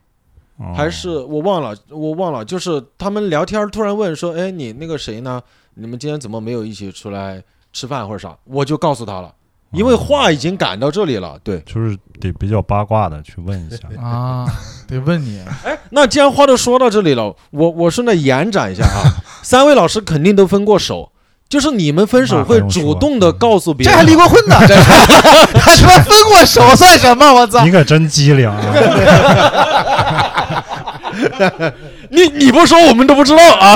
Speaker 3: 哦
Speaker 1: 还是我忘了，我忘了，就是他们聊天突然问说，哎，你那个谁呢？你们今天怎么没有一起出来吃饭或者啥？我就告诉他了，因为话已经赶到这里
Speaker 3: 哦
Speaker 1: 了。对，
Speaker 3: 就是得比较八卦的去问 一下
Speaker 2: 啊，得问你，
Speaker 1: 那既然话都说到这里了，我我顺着延展一下 啊，三位老师肯定都分过手，就是你们分手
Speaker 3: 那还
Speaker 1: 会
Speaker 3: 用说嗯
Speaker 1: 主动的告诉别
Speaker 2: 这
Speaker 1: 人吗，
Speaker 2: 还离过婚 呢，这还他什么分过手算什么？我操！
Speaker 3: 你可真机灵啊！
Speaker 1: 你你不说我们都不知道啊！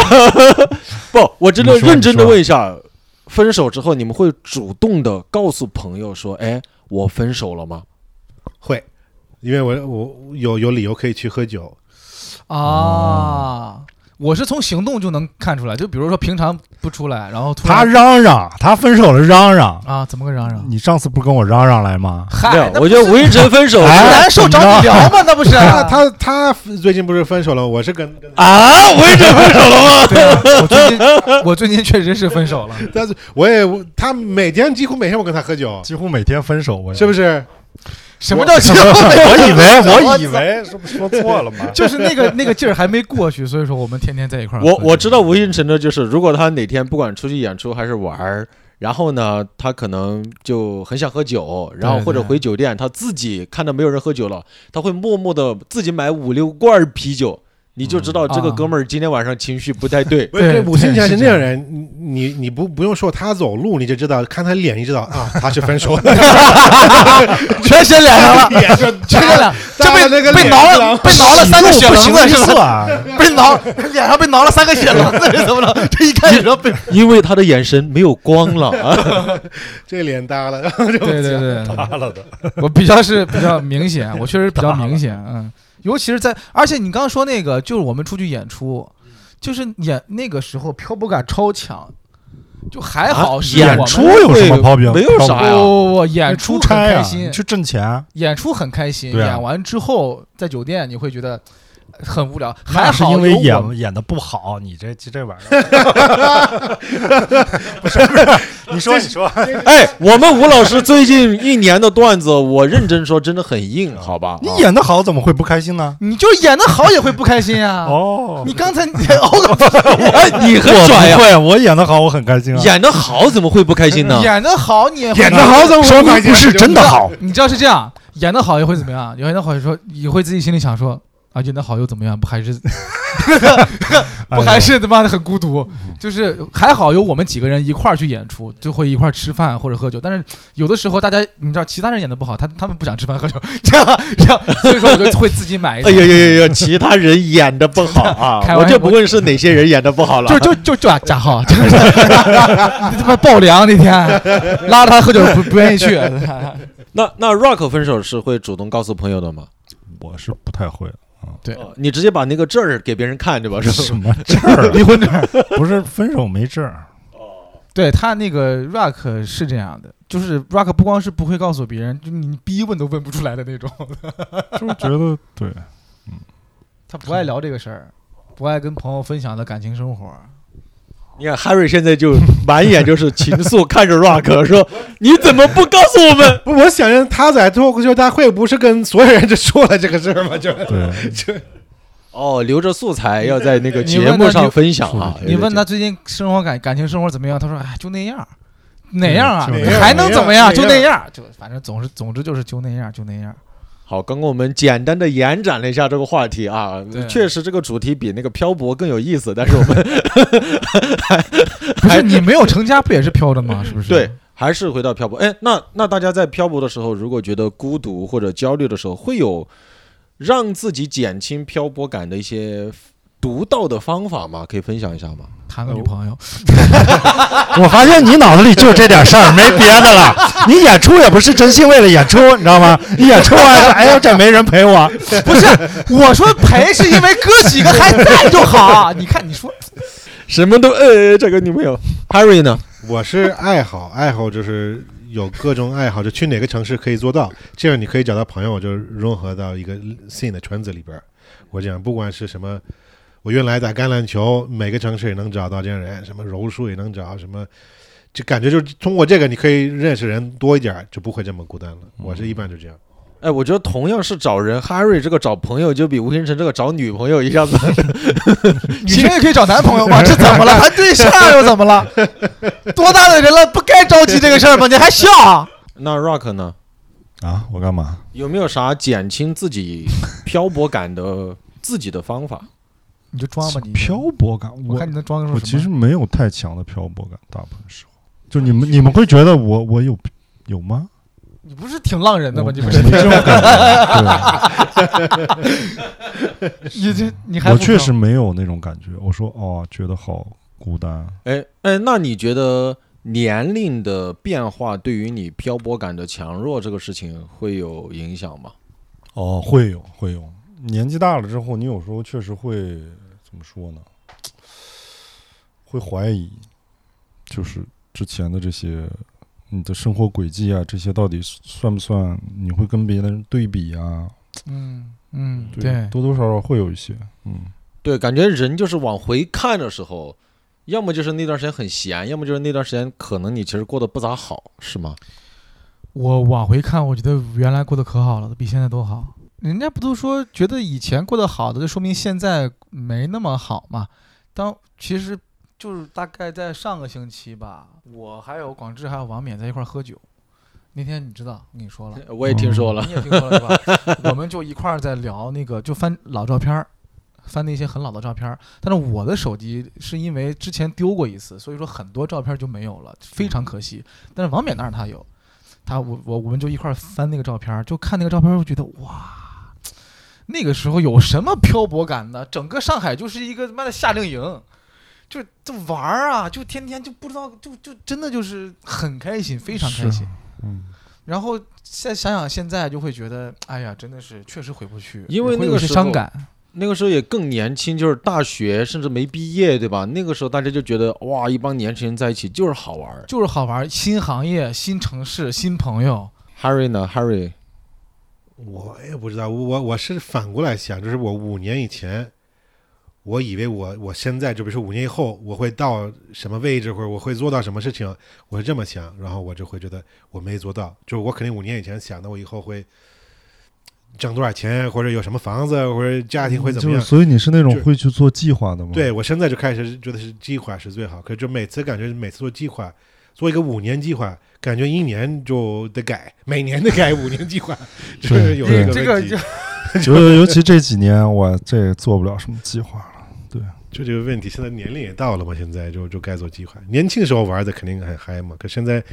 Speaker 1: 不，我真的
Speaker 3: 你说
Speaker 1: 认真的
Speaker 3: 你说
Speaker 1: 问一下，分手之后你们会主动的告诉朋友说，哎，我分手了吗？
Speaker 4: 会，因为我我有有理由可以去喝酒，
Speaker 2: 啊，我是从行动就能看出来，就比如说平常不出来，然后突
Speaker 3: 他
Speaker 2: 然
Speaker 3: 嚷嚷，他分手了嚷嚷。
Speaker 2: 啊，怎么个嚷嚷？
Speaker 3: 你上次不跟我嚷嚷来吗？
Speaker 1: 没
Speaker 2: 嗨
Speaker 1: 有，，我觉得吴亦辰 分手是、
Speaker 3: 哎
Speaker 2: 难受找你聊嘛，那不是？啊
Speaker 4: 他他他最近不是分手了，我是跟跟
Speaker 1: 啊，吴亦辰分手了吗？
Speaker 2: 对啊，我最近 我最近确实是分手了，
Speaker 4: 但是我也我他每天几乎每天我跟他喝酒，
Speaker 3: 几乎每天分手，我也
Speaker 4: 是不 是？
Speaker 2: 什么叫结婚？
Speaker 3: 我以为，哎我
Speaker 2: 我
Speaker 3: 以为是不是说错了吗？
Speaker 2: 就是那个那个劲儿还没过去，所以说我们天天在一块儿喝
Speaker 1: 我
Speaker 2: 酒。
Speaker 1: 我知道吴亦辰的就是，如果他哪天不管出去演出还是玩儿。然后呢，他可能就很想喝酒，然后
Speaker 2: 对
Speaker 1: 或者
Speaker 2: 对
Speaker 1: 回酒店，他自己看到没有人喝酒了，他会默默的自己买五六罐儿啤酒，你就知道这个
Speaker 2: 啊
Speaker 1: 哥们儿今天晚上情绪不太对。
Speaker 4: 不是
Speaker 2: 对
Speaker 4: 我心
Speaker 2: 对
Speaker 4: 想是
Speaker 2: 是
Speaker 4: 那
Speaker 2: 这样
Speaker 4: 种人，你你你不不用说他走路你就知道，看他脸你就知道啊，他是分手了，
Speaker 2: 全身脸上了，
Speaker 4: 脸是
Speaker 2: 全身脸，这
Speaker 4: 大那个
Speaker 2: 被被
Speaker 4: 脸
Speaker 2: 挠了，
Speaker 4: 上
Speaker 2: 被挠了三个血
Speaker 3: 形
Speaker 2: 棱子，
Speaker 3: 于
Speaker 2: 是不是
Speaker 3: 色？啊！
Speaker 2: 被挠脸上被挠了三个血棱子，是怎么着？这一看就知道被
Speaker 1: 因为他的眼神没有光了啊！
Speaker 4: 这脸耷了，然 后就
Speaker 2: 对对对，
Speaker 3: 了的，
Speaker 2: 我比较是比较明显，我确实比较明显，嗯，尤其是在，而且你刚刚说那个，就是我们出去演出，就是演那个时候漂泊感超强，就还好是我
Speaker 1: 啊
Speaker 2: 们、
Speaker 3: 演出有什么抛标
Speaker 1: 没有
Speaker 2: 不
Speaker 1: 啥呀
Speaker 2: 不不，演出
Speaker 3: 哎出
Speaker 2: 很
Speaker 3: 差
Speaker 2: 开
Speaker 3: 啊，
Speaker 2: 心
Speaker 3: 你，去挣钱，
Speaker 2: 演出很开心，
Speaker 3: 对啊
Speaker 2: 演完之后在酒店你会觉得很无聊，还
Speaker 3: 那是
Speaker 2: 好
Speaker 3: 因为
Speaker 2: 有我
Speaker 3: 演演的不好，你这这玩意 儿，不是不是，你说你说，
Speaker 1: 哎，我们吴老师最近一年的段子，我认真说，真的很硬，好吧？
Speaker 3: 你
Speaker 1: 啊
Speaker 3: 演的好怎么会不开心呢？
Speaker 2: 你就演的好也会不开心啊。
Speaker 3: 哦，
Speaker 2: 你刚才你熬个啊
Speaker 1: 哎，你很
Speaker 3: 我
Speaker 1: 拽
Speaker 3: 不
Speaker 1: 呀、
Speaker 3: 会，啊我演的好，我很开心啊。
Speaker 1: 演的好怎么会不开心呢？
Speaker 2: 演的好你也会
Speaker 3: 演的好怎么
Speaker 4: 说白
Speaker 3: 会
Speaker 4: 点
Speaker 3: 不是
Speaker 4: 就
Speaker 3: 真的好？
Speaker 2: 你知道是这样，演的好也会怎么样？演的好也说也会自己心里想说啊，演的好又怎么样？不还是不还是他妈的很孤独？就是还好有我们几个人一块儿去演出，就会一块儿吃饭或者喝酒。但是有的时候大家你知道，其他人演的不好，他他们不想吃饭喝酒，这样这样，所以说我就会自己买一
Speaker 1: 哎
Speaker 2: 点。
Speaker 1: 呀呀呀呀！其他人演的不好啊，
Speaker 2: 开
Speaker 1: 我
Speaker 2: 玩笑
Speaker 1: 就不问是哪些人演的不好了。
Speaker 2: 就就就就贾浩，真是你他妈爆凉那天，拉着他喝酒不不愿意去，
Speaker 1: 那那 Rock 分手是会主动告诉朋友的吗？
Speaker 3: 我是不太会
Speaker 2: 对，
Speaker 1: 哦你直接把那个证儿给别人看对吧？
Speaker 3: 什么证儿，
Speaker 2: 离婚证。
Speaker 3: 不是分手没证儿，
Speaker 2: 对他那个 rock 是这样的，就是 rock 不光是不会告诉别人，就你逼问都问不出来的那种。
Speaker 3: 就是觉得对。
Speaker 2: 他不爱聊这个事儿，不爱跟朋友分享的感情生活。
Speaker 1: 你看 Harry 现在就满眼就是 情愫，看着 Rock 说：“你怎么不告诉我们？”
Speaker 4: 不我想着他在脱口秀大会不是跟所有人就说了这个事儿吗？就是
Speaker 3: 对，
Speaker 4: 就
Speaker 1: 哦，留着素材要在那个
Speaker 2: 你
Speaker 1: 节
Speaker 2: 问
Speaker 1: 目
Speaker 2: 他
Speaker 1: 上
Speaker 2: 就
Speaker 1: 分享啊。
Speaker 3: 哎
Speaker 2: 你问他最近生活感感情生活怎么样，他说哎就那样儿，哪样啊？
Speaker 3: 嗯就那样
Speaker 2: 还能怎么
Speaker 4: 哪样
Speaker 2: 就那样儿，就反正总是总之就是就那样儿就那样儿。
Speaker 1: 好，刚刚我们简单的延展了一下这个话题啊
Speaker 2: 对，
Speaker 1: 确实这个主题比那个漂泊更有意思，但是 我们
Speaker 2: 不
Speaker 3: 哎
Speaker 2: 是你没有成家不也是飘着吗？是不是？
Speaker 1: 对还是回到漂泊。哎，那那大家在漂泊的时候，如果觉得孤独或者焦虑的时候，会有让自己减轻漂泊感的一些独到的方法吗？可以分享一下吗？
Speaker 2: 谈
Speaker 3: 哎
Speaker 2: 个女朋友，
Speaker 3: 我发现你脑子里就这点事儿，没别的 了。你演出也不是真心为了演出，你知道吗？你演出完，哎呀，这没人陪我，
Speaker 2: 不是我说陪是因为哥几个还在就好。啊你看你说
Speaker 1: 什么都呃，这个女朋友 Harry 呢？
Speaker 4: 我是爱好，爱好就是有各种爱好，就去哪个城市可以做到，这样你可以找到朋友，就融合到一个 sin 的圈子里边儿。我讲，不管是什么，我原来打橄榄球，每个城市也能找到这样人，什么柔术也能找，什么，就感觉就是通过这个，你可以认识人多一点儿，就不会这么孤单了。我是一般就这样。
Speaker 1: 哎，我觉得同样是找人，Harry 这个找朋友就比吴星辰这个找女朋友一下子
Speaker 2: 女生也可以找男朋友吗？这怎么了？谈对象又怎么了？多大的人了，不该着急这个事儿吗？你还笑？ 啊
Speaker 1: 那 Rock 呢？
Speaker 3: 啊，我干嘛？
Speaker 1: 有没有啥减轻自己漂泊感的自己的方法？
Speaker 2: 你就装吧你。
Speaker 3: 漂泊感，
Speaker 2: 我
Speaker 3: 我
Speaker 2: 看你能装出什
Speaker 3: 我
Speaker 2: 么？
Speaker 3: 其实没有太强的漂泊感，大部分时候，就你们你们会觉得我我有有吗？
Speaker 2: 你不是挺浪 人的吗？
Speaker 3: 我
Speaker 2: 你
Speaker 3: 我
Speaker 2: 不是
Speaker 3: 没这种感 觉，
Speaker 2: 你这你还不
Speaker 3: 对，我确实没有那种感觉。我说哦，觉得好孤单。
Speaker 1: 哎哎，那你觉得年龄的变化对于你漂泊感的强弱这个事情会有影响吗？
Speaker 3: 哦，会有会有，年纪大了之后，你有时候确实会怎么说呢？会怀疑，就是之前的这些，你的生活轨迹啊，这些到底算不算？你会跟别人对比啊？
Speaker 2: 嗯嗯
Speaker 3: 对，
Speaker 2: 对，
Speaker 3: 多多少少会有一些，嗯，
Speaker 1: 对，感觉人就是往回看的时候，要么就是那段时间很闲，要么就是那段时间可能你其实过得不咋好，是吗？
Speaker 2: 我往回看，我觉得原来过得可好了，比现在都好。人家不都说觉得以前过得好的，就说明现在没那么好嘛？当其实就是大概在上个星期吧，我还有广志还有王冕在一块儿喝酒。那天你知道，我跟你说了，
Speaker 1: 我也听说了，
Speaker 2: 你也听说了是吧？我们就一块儿在聊那个，就翻老照片儿，翻那些很老的照片儿。但是我的手机是因为之前丢过一次，所以说很多照片就没有了，非常可惜。但是王冕那儿他有，他我我我们就一块儿翻那个照片儿，就看那个照片儿，我觉得哇。那个时候有什么漂泊感呢？整个上海就是一个他妈的夏令营，就就玩儿啊，就天天就不知道，就就真的就是很开心，非常开
Speaker 3: 是
Speaker 2: 心。
Speaker 3: 嗯，
Speaker 2: 然后再想想现在，就会觉得，哎呀，真的是确实回不去，
Speaker 1: 因为那
Speaker 2: 会有
Speaker 1: 个
Speaker 2: 些
Speaker 1: 时
Speaker 2: 伤
Speaker 1: 候
Speaker 2: 感。
Speaker 1: 那个时候也更年轻，就是大学甚至没毕业，对吧？那个时候大家就觉得哇，一帮年轻人在一起就是好玩儿。
Speaker 2: 就是好玩儿，新行业、新城市、新朋 友，
Speaker 1: Harry 呢？Harry
Speaker 4: 我也不知道，我我是反过来想，就是我五年以前，我以为我我现在，就比如说五年以后，我会到什么位置，或者我会做到什么事情，我是这么想，然后我就会觉得我没做到，就是我肯定五年以前想的，我以后会挣多少钱，或者有什么房子，或者家庭会怎么
Speaker 3: 嗯就是
Speaker 4: 样。
Speaker 3: 所以你是那种
Speaker 4: 就
Speaker 3: 会去做计划的吗？
Speaker 4: 对，我现在就开始觉得是计划是最好，可是就每次感觉每次做计划，做一个五年计划，感觉一年就得改，每年得改五年 计划，就是有
Speaker 3: 对
Speaker 4: 一个
Speaker 2: 这
Speaker 4: 问
Speaker 2: 个
Speaker 4: 题
Speaker 2: 就
Speaker 3: 尤尤其这几年，我这也做不了什么计划了。
Speaker 4: 就这个问题，现在年龄也到了嘛，现在就就该做计划。年轻时候玩的肯定很嗨嘛，可现在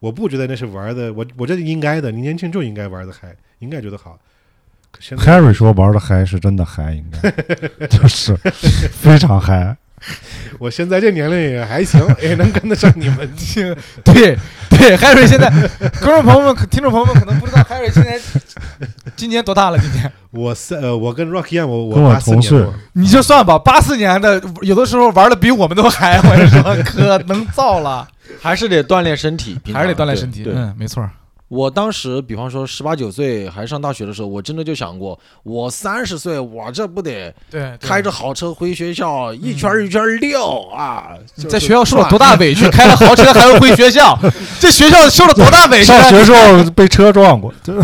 Speaker 4: 我不觉得那是玩的，我我觉得应该的，你年轻就应该玩的嗨，应该觉得好。可现在
Speaker 3: Harry 说玩的嗨是真的嗨，应 该就是非常嗨。
Speaker 4: 我现在这年龄也还行， 也能跟得上你们。
Speaker 2: 对对，Harry 现在，观众朋友们、听众朋友们可能不知道，Harry 现在今年多大了？今年
Speaker 4: 我三呃，我跟 Rock 一样，我
Speaker 3: 跟我
Speaker 4: 八四
Speaker 3: 同
Speaker 4: 年
Speaker 3: 事
Speaker 4: 嘛，
Speaker 2: 你就算吧，八四年的，有的时候玩的比我们都还，我跟你说，可能造了，
Speaker 1: 还是得锻炼身体，平
Speaker 2: 还是得
Speaker 1: 常
Speaker 2: 锻炼
Speaker 1: 对
Speaker 2: 身体。
Speaker 1: 对，
Speaker 2: 嗯，没错儿。
Speaker 1: 我当时，比方说十八九岁还上大学的时候，我真的就想过，我三十岁，我这不得
Speaker 2: 对，对
Speaker 1: 开着豪车回学校，一圈儿一圈儿溜啊！
Speaker 2: 你
Speaker 1: 就
Speaker 2: 嗯在
Speaker 1: 是
Speaker 2: 学校受了
Speaker 1: 转
Speaker 2: 多大委屈，开了豪车还要回学校，这学校受了多大委屈？
Speaker 3: 上学时候被车撞过，就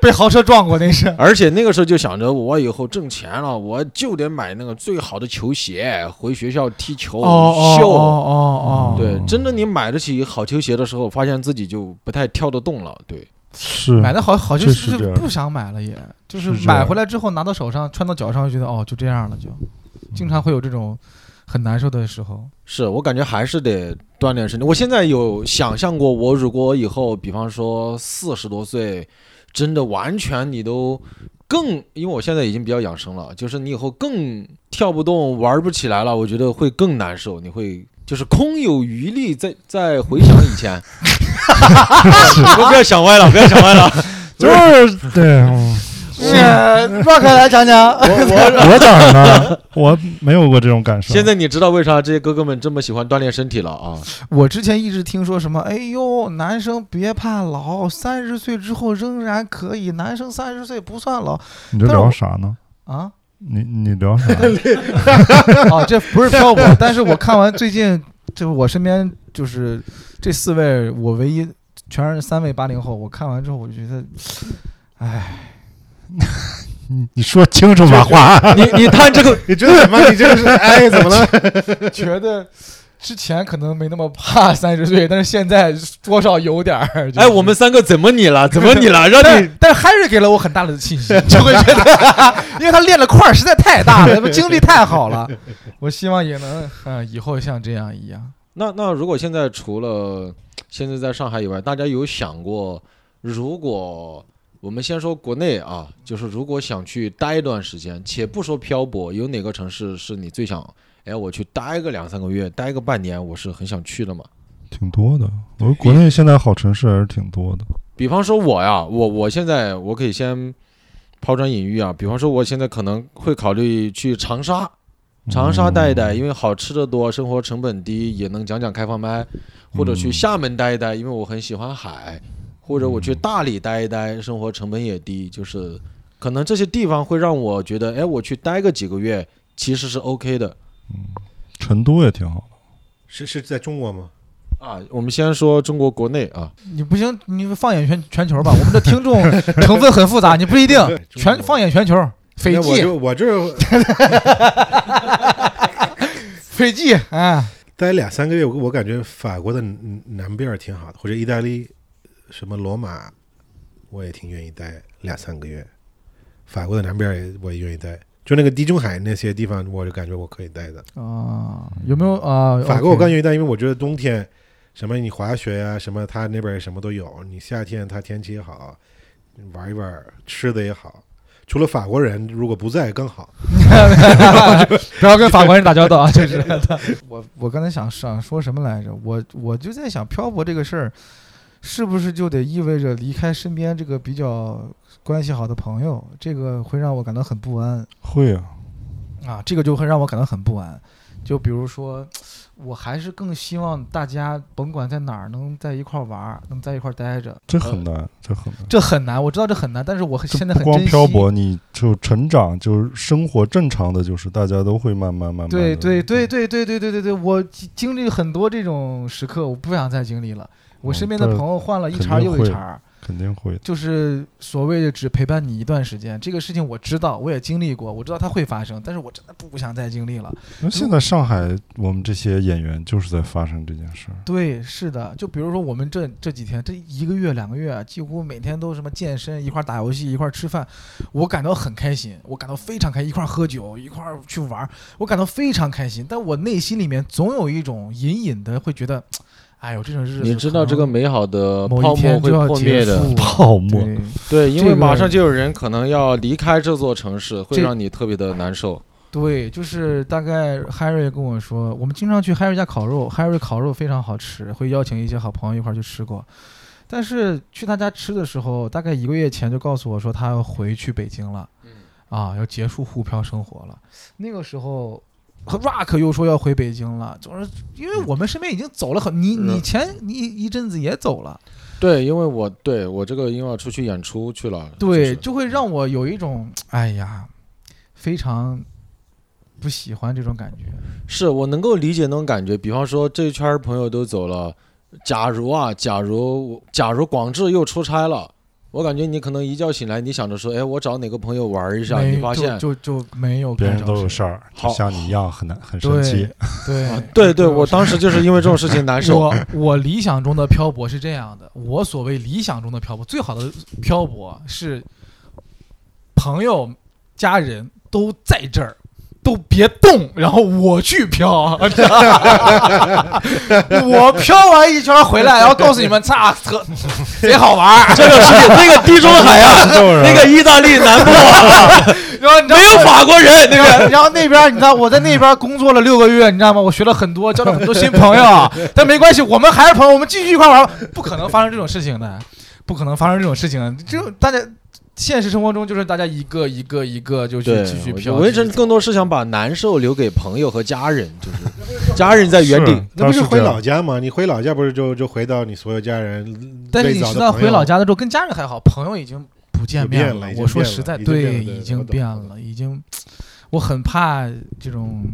Speaker 2: 被豪车撞过那是。
Speaker 1: 而且那个时候就想着，我以后挣钱了，我就得买那个最好的球鞋，回学校踢球、秀。
Speaker 5: 嗯
Speaker 2: 哦
Speaker 1: 对，真的你买得起好球鞋的时候，发现自己就不太跳得动了。对，
Speaker 3: 是
Speaker 2: 买的好好就
Speaker 3: 嗯确
Speaker 2: 是
Speaker 3: 实这
Speaker 2: 就
Speaker 3: 样
Speaker 2: 不想买了也，就是
Speaker 3: 是这
Speaker 2: 买
Speaker 3: 样
Speaker 2: 回来之后拿到手上穿到脚上就觉得哦就这样了就，经常会有这种很难受的时候。
Speaker 1: 是我感觉还是得锻炼身体。我现在有想象过，我如果以后，比方说四十多岁，真的完全你都更，因为我现在已经比较养生了，就是你以后更跳不动、玩不起来了，我觉得会更难受，你会。就是空有余力，在在回想以前，不要想歪了，不要想歪了。
Speaker 3: 就是对，嗯
Speaker 5: 是 rock 来讲讲，
Speaker 3: 我哪 呢？我没有过这种感受。
Speaker 1: 现在你知道为啥这些哥哥们这么喜欢锻炼身体了啊？
Speaker 2: 我之前一直听说什么，哎呦，男生别怕老，三十岁之后仍然可以，男生三十岁不算老
Speaker 3: 你这聊啥呢？
Speaker 2: 啊。
Speaker 3: 你你聊啥？
Speaker 2: 啊，这不是飘过，但是我看完最近，就我身边就是这四位，我唯一全是三位八零后，我看完之后我就觉得，哎，
Speaker 3: 你你说清楚吧，话。
Speaker 1: 你你叹这个，
Speaker 4: 你这怎么？你这个是 哎，怎么 了？
Speaker 2: 觉得之前可能没那么怕三十岁，但是现在多少有点儿。就是
Speaker 1: 哎，我们三个怎么你了？怎么你了？让你
Speaker 2: 但但是 Harry 给了我很大的信心，就会觉得，因为他练的块儿实在太大了，精力太好了。我希望也能，嗯、以后像这样一样。
Speaker 1: 那那如果现在除了现在在上海以外，大家有想过，如果我们先说国内啊，就是如果想去待一段时间，且不说漂泊，有哪个城市是你最想？哎，我去待个两三个月，待个半年，我是很想去的嘛。
Speaker 3: 挺多的，我说国内现在好城市还是挺多的。
Speaker 1: 比方说我呀，我我现在我可以先抛砖引玉啊。比方说我现在可能会考虑去长沙，长沙待一待，
Speaker 2: 嗯
Speaker 1: 因为好吃的多，生活成本低，也能讲讲开放麦，或者去厦门待一待，因为我很喜欢海，或者我去大理待一待，生活成本也低，就是可能这些地方会让我觉得，哎，我去待个几个月其实是 OK 的
Speaker 3: 成都也挺好
Speaker 4: 是是在中国吗？
Speaker 1: 啊。我们先说中国国内啊，
Speaker 2: 你不行，你放眼全全球吧，我们的听 众成分很复杂，你不一定
Speaker 4: 对中
Speaker 2: 全
Speaker 4: 国
Speaker 2: 放眼全球。斐
Speaker 4: 那我
Speaker 2: 济，
Speaker 4: 就我这
Speaker 2: 斐济，哎，
Speaker 4: 待两三个月，我我感觉法国的南南边儿挺好的，或者意大利，什么罗马，我也挺愿意待两三个月。法国的南边儿也我也愿意待，就那个地中海那些地方，我就感觉我可以待的。
Speaker 2: 啊，有没有啊？
Speaker 4: 法国 我更
Speaker 2: 觉
Speaker 4: 愿意待，因为我觉得冬天，什么你滑雪呀、什么它那边儿什么都有。你夏天它天气也好，玩一玩儿，吃的也好。除了法国人如果不在更好，
Speaker 2: 不要跟法国人打交 道啊，这是。我我刚才想想说什么来着？我我就在想，漂泊这个事儿，是不是就得意味着离开身边这个比较关系好的朋友？这个会让我感到很不安。
Speaker 3: 会啊，
Speaker 2: 啊，这个就会让我感到很不安。就比如说，我还是更希望大家甭管在哪儿能在一块儿玩儿，能在一块儿待着。
Speaker 3: 这很难，这很难。
Speaker 2: 这很难，我知道这很难，但是我很
Speaker 3: 这
Speaker 2: 呃现在
Speaker 3: 不
Speaker 2: 很
Speaker 3: 光
Speaker 2: 珍惜
Speaker 3: 漂。泊，你就成长，就是生活正常的，就是大家都会慢慢慢慢。
Speaker 2: 对对对，对对对对对对，我经经历很多这种时刻，我不想再经历了。我
Speaker 3: 嗯
Speaker 2: 身边的
Speaker 3: 这
Speaker 2: 朋友换了一
Speaker 3: 肯
Speaker 2: 茬儿
Speaker 3: 定
Speaker 2: 又一
Speaker 3: 会
Speaker 2: 茬儿，
Speaker 3: 肯定会的。
Speaker 2: 就是所谓的只陪伴你一段时间，这个事情我知道，我也经历过，我知道它会发生，但是我真的不想再经历了。
Speaker 3: 那现在上海，我们这些演员就是在发生这件事儿。
Speaker 2: 对，是的，就比如说我们这这几天，这一个月两个月，啊几乎每天都什么健身，一块儿打游戏，一块儿吃饭，我感到很开心，我感到非常开心，一块儿喝酒，一块儿去玩儿，我感到非常开心。但我内心里面总有一种隐隐的会觉得，哎呦，这种日子
Speaker 1: 你知道
Speaker 2: 可
Speaker 1: 这个
Speaker 2: 能
Speaker 1: 美好的
Speaker 2: 某
Speaker 1: 泡沫
Speaker 2: 一天
Speaker 1: 会
Speaker 2: 就要
Speaker 1: 破
Speaker 2: 结
Speaker 1: 灭的。
Speaker 2: 束了
Speaker 3: 泡沫
Speaker 2: 对
Speaker 1: 对，因
Speaker 2: 这
Speaker 1: 为
Speaker 2: 个
Speaker 1: 马上就有人可能要离开这座城市，会
Speaker 2: 这
Speaker 1: 让你特别的难受。
Speaker 2: 对，就是大概 Harry 跟我说，我们经常去 Harry 家烤肉，Harry 烤肉非常好吃，会邀请一些好朋友一块儿去吃过。但是去他家吃的时候，大概一个月前就告诉我说他要回去北京了，
Speaker 1: 嗯
Speaker 2: 啊，要结束沪漂生活了。那个时候。和 Rock 又说要回北京了，总是因为我们身边已经走了很，你你
Speaker 1: 嗯
Speaker 2: 前你一阵子也走了，
Speaker 1: 对，因为我对我这个因为要出去演出去了，
Speaker 2: 对，
Speaker 1: 就是
Speaker 2: 就会让我有一种哎呀，非常不喜欢这种感觉。
Speaker 1: 是我能够理解那种感觉。比方说这一圈儿朋友都走了，假如啊，假如我假如广志又出差了，我感觉你可能一觉醒来，你想着说，哎，我找哪个朋友玩一下，你
Speaker 2: 没
Speaker 1: 发现。
Speaker 2: 就就就没有
Speaker 3: 别
Speaker 2: 干
Speaker 3: 人
Speaker 2: 这
Speaker 3: 都
Speaker 2: 种
Speaker 3: 有
Speaker 2: 事
Speaker 3: 事儿，就
Speaker 1: 好
Speaker 3: 像你一样很难很生
Speaker 2: 对
Speaker 3: 气。
Speaker 2: 对
Speaker 1: 啊对对，我当时就是因为这种事情难受
Speaker 2: 我。我理想中的漂泊是这样的，我所谓理想中的漂泊，最好的漂泊是朋友、家人都在这儿。都别动，然后我去飘， 我飘完一圈回来，然后告诉你们，操，特贼好玩儿。
Speaker 1: 这个事情，那个地中海 啊， 那个意大利南部
Speaker 2: 然后你知道
Speaker 1: 没有法国人，那
Speaker 2: 那
Speaker 1: 个
Speaker 2: 个，然后那边儿你知道我在那边儿工作了六个月，你知道吗？我学了很多，交了很多新朋 友啊。但没关系，我们还是朋友，我们继续一块玩儿吧。不可能发生这种事情的，不可能发生这种事情的。就大家现实生活中就是大家一个一个一个就去
Speaker 1: 对，
Speaker 2: 继续
Speaker 1: 我
Speaker 2: 飘。
Speaker 1: 我一
Speaker 2: 继续
Speaker 1: 直
Speaker 2: 走
Speaker 1: 更多是想把难受留给朋友和家人，就是家人在原地。
Speaker 4: 那不是
Speaker 3: 是
Speaker 4: 回老
Speaker 3: 家，
Speaker 4: 家吗？你回老家不是就就回到你所有家人？
Speaker 2: 但是你
Speaker 4: 最早
Speaker 1: 啊
Speaker 2: 知
Speaker 4: 的
Speaker 2: 道
Speaker 4: 朋
Speaker 2: 回
Speaker 4: 友
Speaker 2: 老家的时候，跟家人还好，朋友已经不见面
Speaker 4: 已经变了已经
Speaker 2: 我说
Speaker 4: 变了
Speaker 2: 实在，
Speaker 4: 已经变了对
Speaker 2: 已
Speaker 4: 对
Speaker 2: 经
Speaker 4: 我懂
Speaker 2: 变
Speaker 4: 我懂
Speaker 2: 了，已经，我很怕这种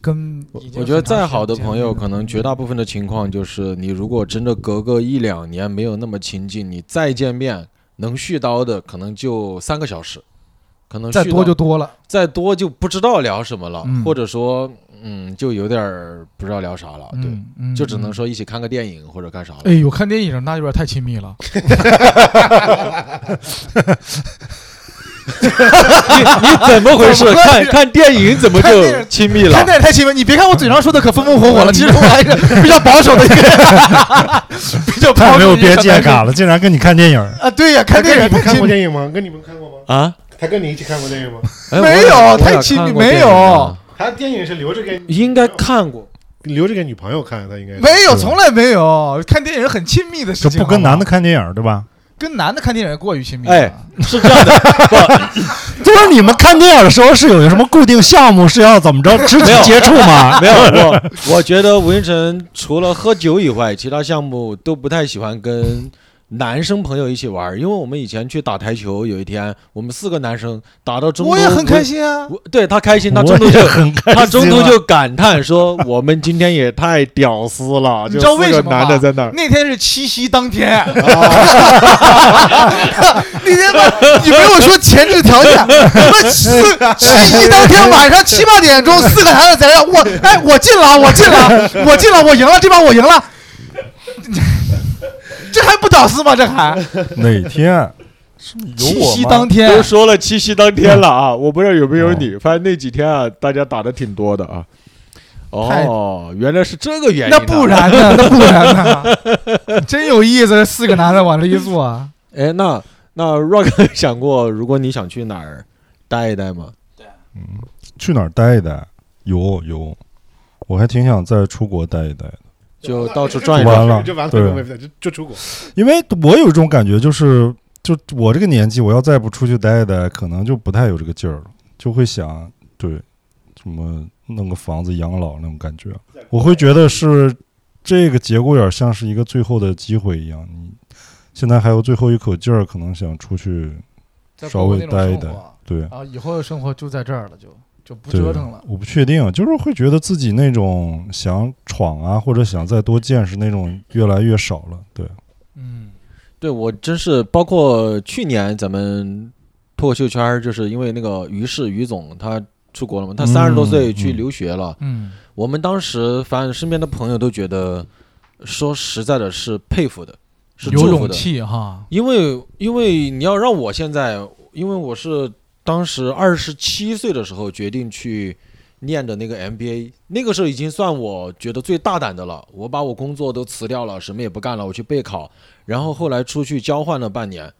Speaker 2: 跟。
Speaker 1: 我
Speaker 2: 已经
Speaker 1: 我觉得
Speaker 2: 很长
Speaker 1: 再好的
Speaker 2: 时间
Speaker 1: 朋友，
Speaker 2: 没
Speaker 1: 可能绝大部分的情况就是，你如果真的隔个一两年没有那么亲近，你再见面能续叨的可能就三个小时，可能
Speaker 2: 再
Speaker 1: 絮
Speaker 2: 多
Speaker 1: 叨
Speaker 2: 就多了。
Speaker 1: 再多就不知道聊什么了，
Speaker 2: 嗯
Speaker 1: 或者说嗯，就有点儿不知道聊啥了，啊对，
Speaker 2: 嗯，嗯
Speaker 1: 就只能
Speaker 2: 嗯
Speaker 1: 说一起看个电影或者干啥了。
Speaker 2: 哎呦，看电影那有点太亲密了。
Speaker 1: 怎么回事
Speaker 2: 怎么？回
Speaker 1: 看
Speaker 2: 事
Speaker 1: 看电影怎么
Speaker 2: 看电
Speaker 1: 就
Speaker 2: 影
Speaker 1: 亲密
Speaker 2: 看
Speaker 1: 了？
Speaker 2: 电影太亲密，你别看我嘴上说的可风风火
Speaker 1: 嗯
Speaker 2: 火了，其实我还是比较保守的一 个人，比较保守
Speaker 3: 太没有
Speaker 2: 的一个
Speaker 3: 边界
Speaker 2: 男生
Speaker 3: 感了，竟然跟你看电影。
Speaker 2: 啊！对呀，
Speaker 4: 他
Speaker 2: 看
Speaker 4: 跟
Speaker 2: 电
Speaker 4: 你
Speaker 2: 影
Speaker 4: 们
Speaker 2: 太
Speaker 4: 看
Speaker 2: 亲
Speaker 4: 过
Speaker 2: 密，
Speaker 4: 电影吗？跟你们看过吗？
Speaker 1: 啊，
Speaker 4: 他跟你一起看过电影吗？
Speaker 1: 哎
Speaker 2: 没
Speaker 1: 我
Speaker 2: 有
Speaker 1: 我
Speaker 2: 太
Speaker 1: 想
Speaker 2: 亲
Speaker 1: 看
Speaker 2: 密
Speaker 1: 过
Speaker 2: 没
Speaker 1: 电
Speaker 2: 有
Speaker 1: 影啊
Speaker 4: 他电影是留着给
Speaker 1: 应该看过。
Speaker 4: 留着给女朋友看，他应该是
Speaker 2: 没有，从来没有看电影很亲密的事
Speaker 3: 就
Speaker 2: 情，
Speaker 3: 不跟
Speaker 2: 好好
Speaker 3: 男的看电影，对吧？
Speaker 2: 跟男的看电影过于亲密。
Speaker 1: 哎，是这样的，
Speaker 3: 就是你们看电影的时候是有什么固定项目是要怎么着肢体
Speaker 1: 没有
Speaker 3: 接触 吗？
Speaker 1: 没有我，我觉得吴云成除了喝酒以外，其他项目都不太喜欢跟男生朋友一起玩儿，因为我们以前去打台球，有一天我们四个男生打到中，
Speaker 2: 我也很开。心啊。
Speaker 1: 我对他开心，他中
Speaker 3: 我
Speaker 1: 途就
Speaker 3: 也很开心啊，
Speaker 1: 他中途就感叹说：“我们今天也太屌丝了，啊
Speaker 2: 你
Speaker 1: 就
Speaker 2: 知道为
Speaker 1: 四个
Speaker 2: 什么吗
Speaker 1: 男的在那儿。
Speaker 2: 那天是七夕当天， 那天晚你没有说前置条件，你们四七夕当天晚上七八点钟，四个男的在这儿，我哎，我进了，我进了，我进了，我赢了，这把我赢了， 这还不屌丝吗？这还
Speaker 3: 哪 天
Speaker 2: 七
Speaker 3: 我
Speaker 2: 夕
Speaker 3: 吗
Speaker 2: 当”天哦
Speaker 1: 都说了七夕当天了 啊，我不知道有没有你，反正那几天啊，大家打的挺多的啊。
Speaker 2: 太
Speaker 1: 哦，原来是这个原因、
Speaker 2: 那不，然呢？那不然呢？真有意思，这四个男的往这一坐啊。
Speaker 1: 哎，那那 Rock 想过，如果你想去哪儿待一待吗？
Speaker 3: 去哪儿待一待？有有，我还挺想在出国待一待的，
Speaker 1: 就到处转一
Speaker 3: 完
Speaker 1: 转。
Speaker 3: 了
Speaker 4: 就完
Speaker 3: 对
Speaker 4: 了，就就出国。
Speaker 3: 因为我有一种感觉，就是就我这个年纪，我要再不出去待一待，可能就不太有这个劲儿了，就会想对什么弄个房子养老那种感觉，我会觉得是这个节骨眼儿像是一个最后的机会一样，你现在还有最后一口劲儿，可能想出去稍微待一待，对。
Speaker 2: 然后啊以后的生活就在这儿了，就就不
Speaker 3: 对
Speaker 2: 折腾了。
Speaker 3: 我不确定，就是会觉得自己那种想闯啊，或者想再多见识那种越来越少了。对，
Speaker 2: 嗯，
Speaker 1: 对我真是，包括去年咱们脱口秀圈儿，就是因为那个于适于总他出国了嘛，他三十多岁
Speaker 3: 嗯
Speaker 1: 去
Speaker 3: 嗯
Speaker 1: 留学了。
Speaker 2: 嗯，
Speaker 1: 我们当时反正身边的朋友都觉得，说实在的是佩服的，是
Speaker 2: 有
Speaker 1: 祝福
Speaker 2: 勇
Speaker 1: 的，
Speaker 2: 气哈。
Speaker 1: 因为因为你要让我现在，因为我是当时二十七岁的时候决定去念的那个 MBA，那个时候已经算我觉得最大胆的了。我把我工作都辞掉了，什么也不干了，我去备考，然后后来出去交换了半年。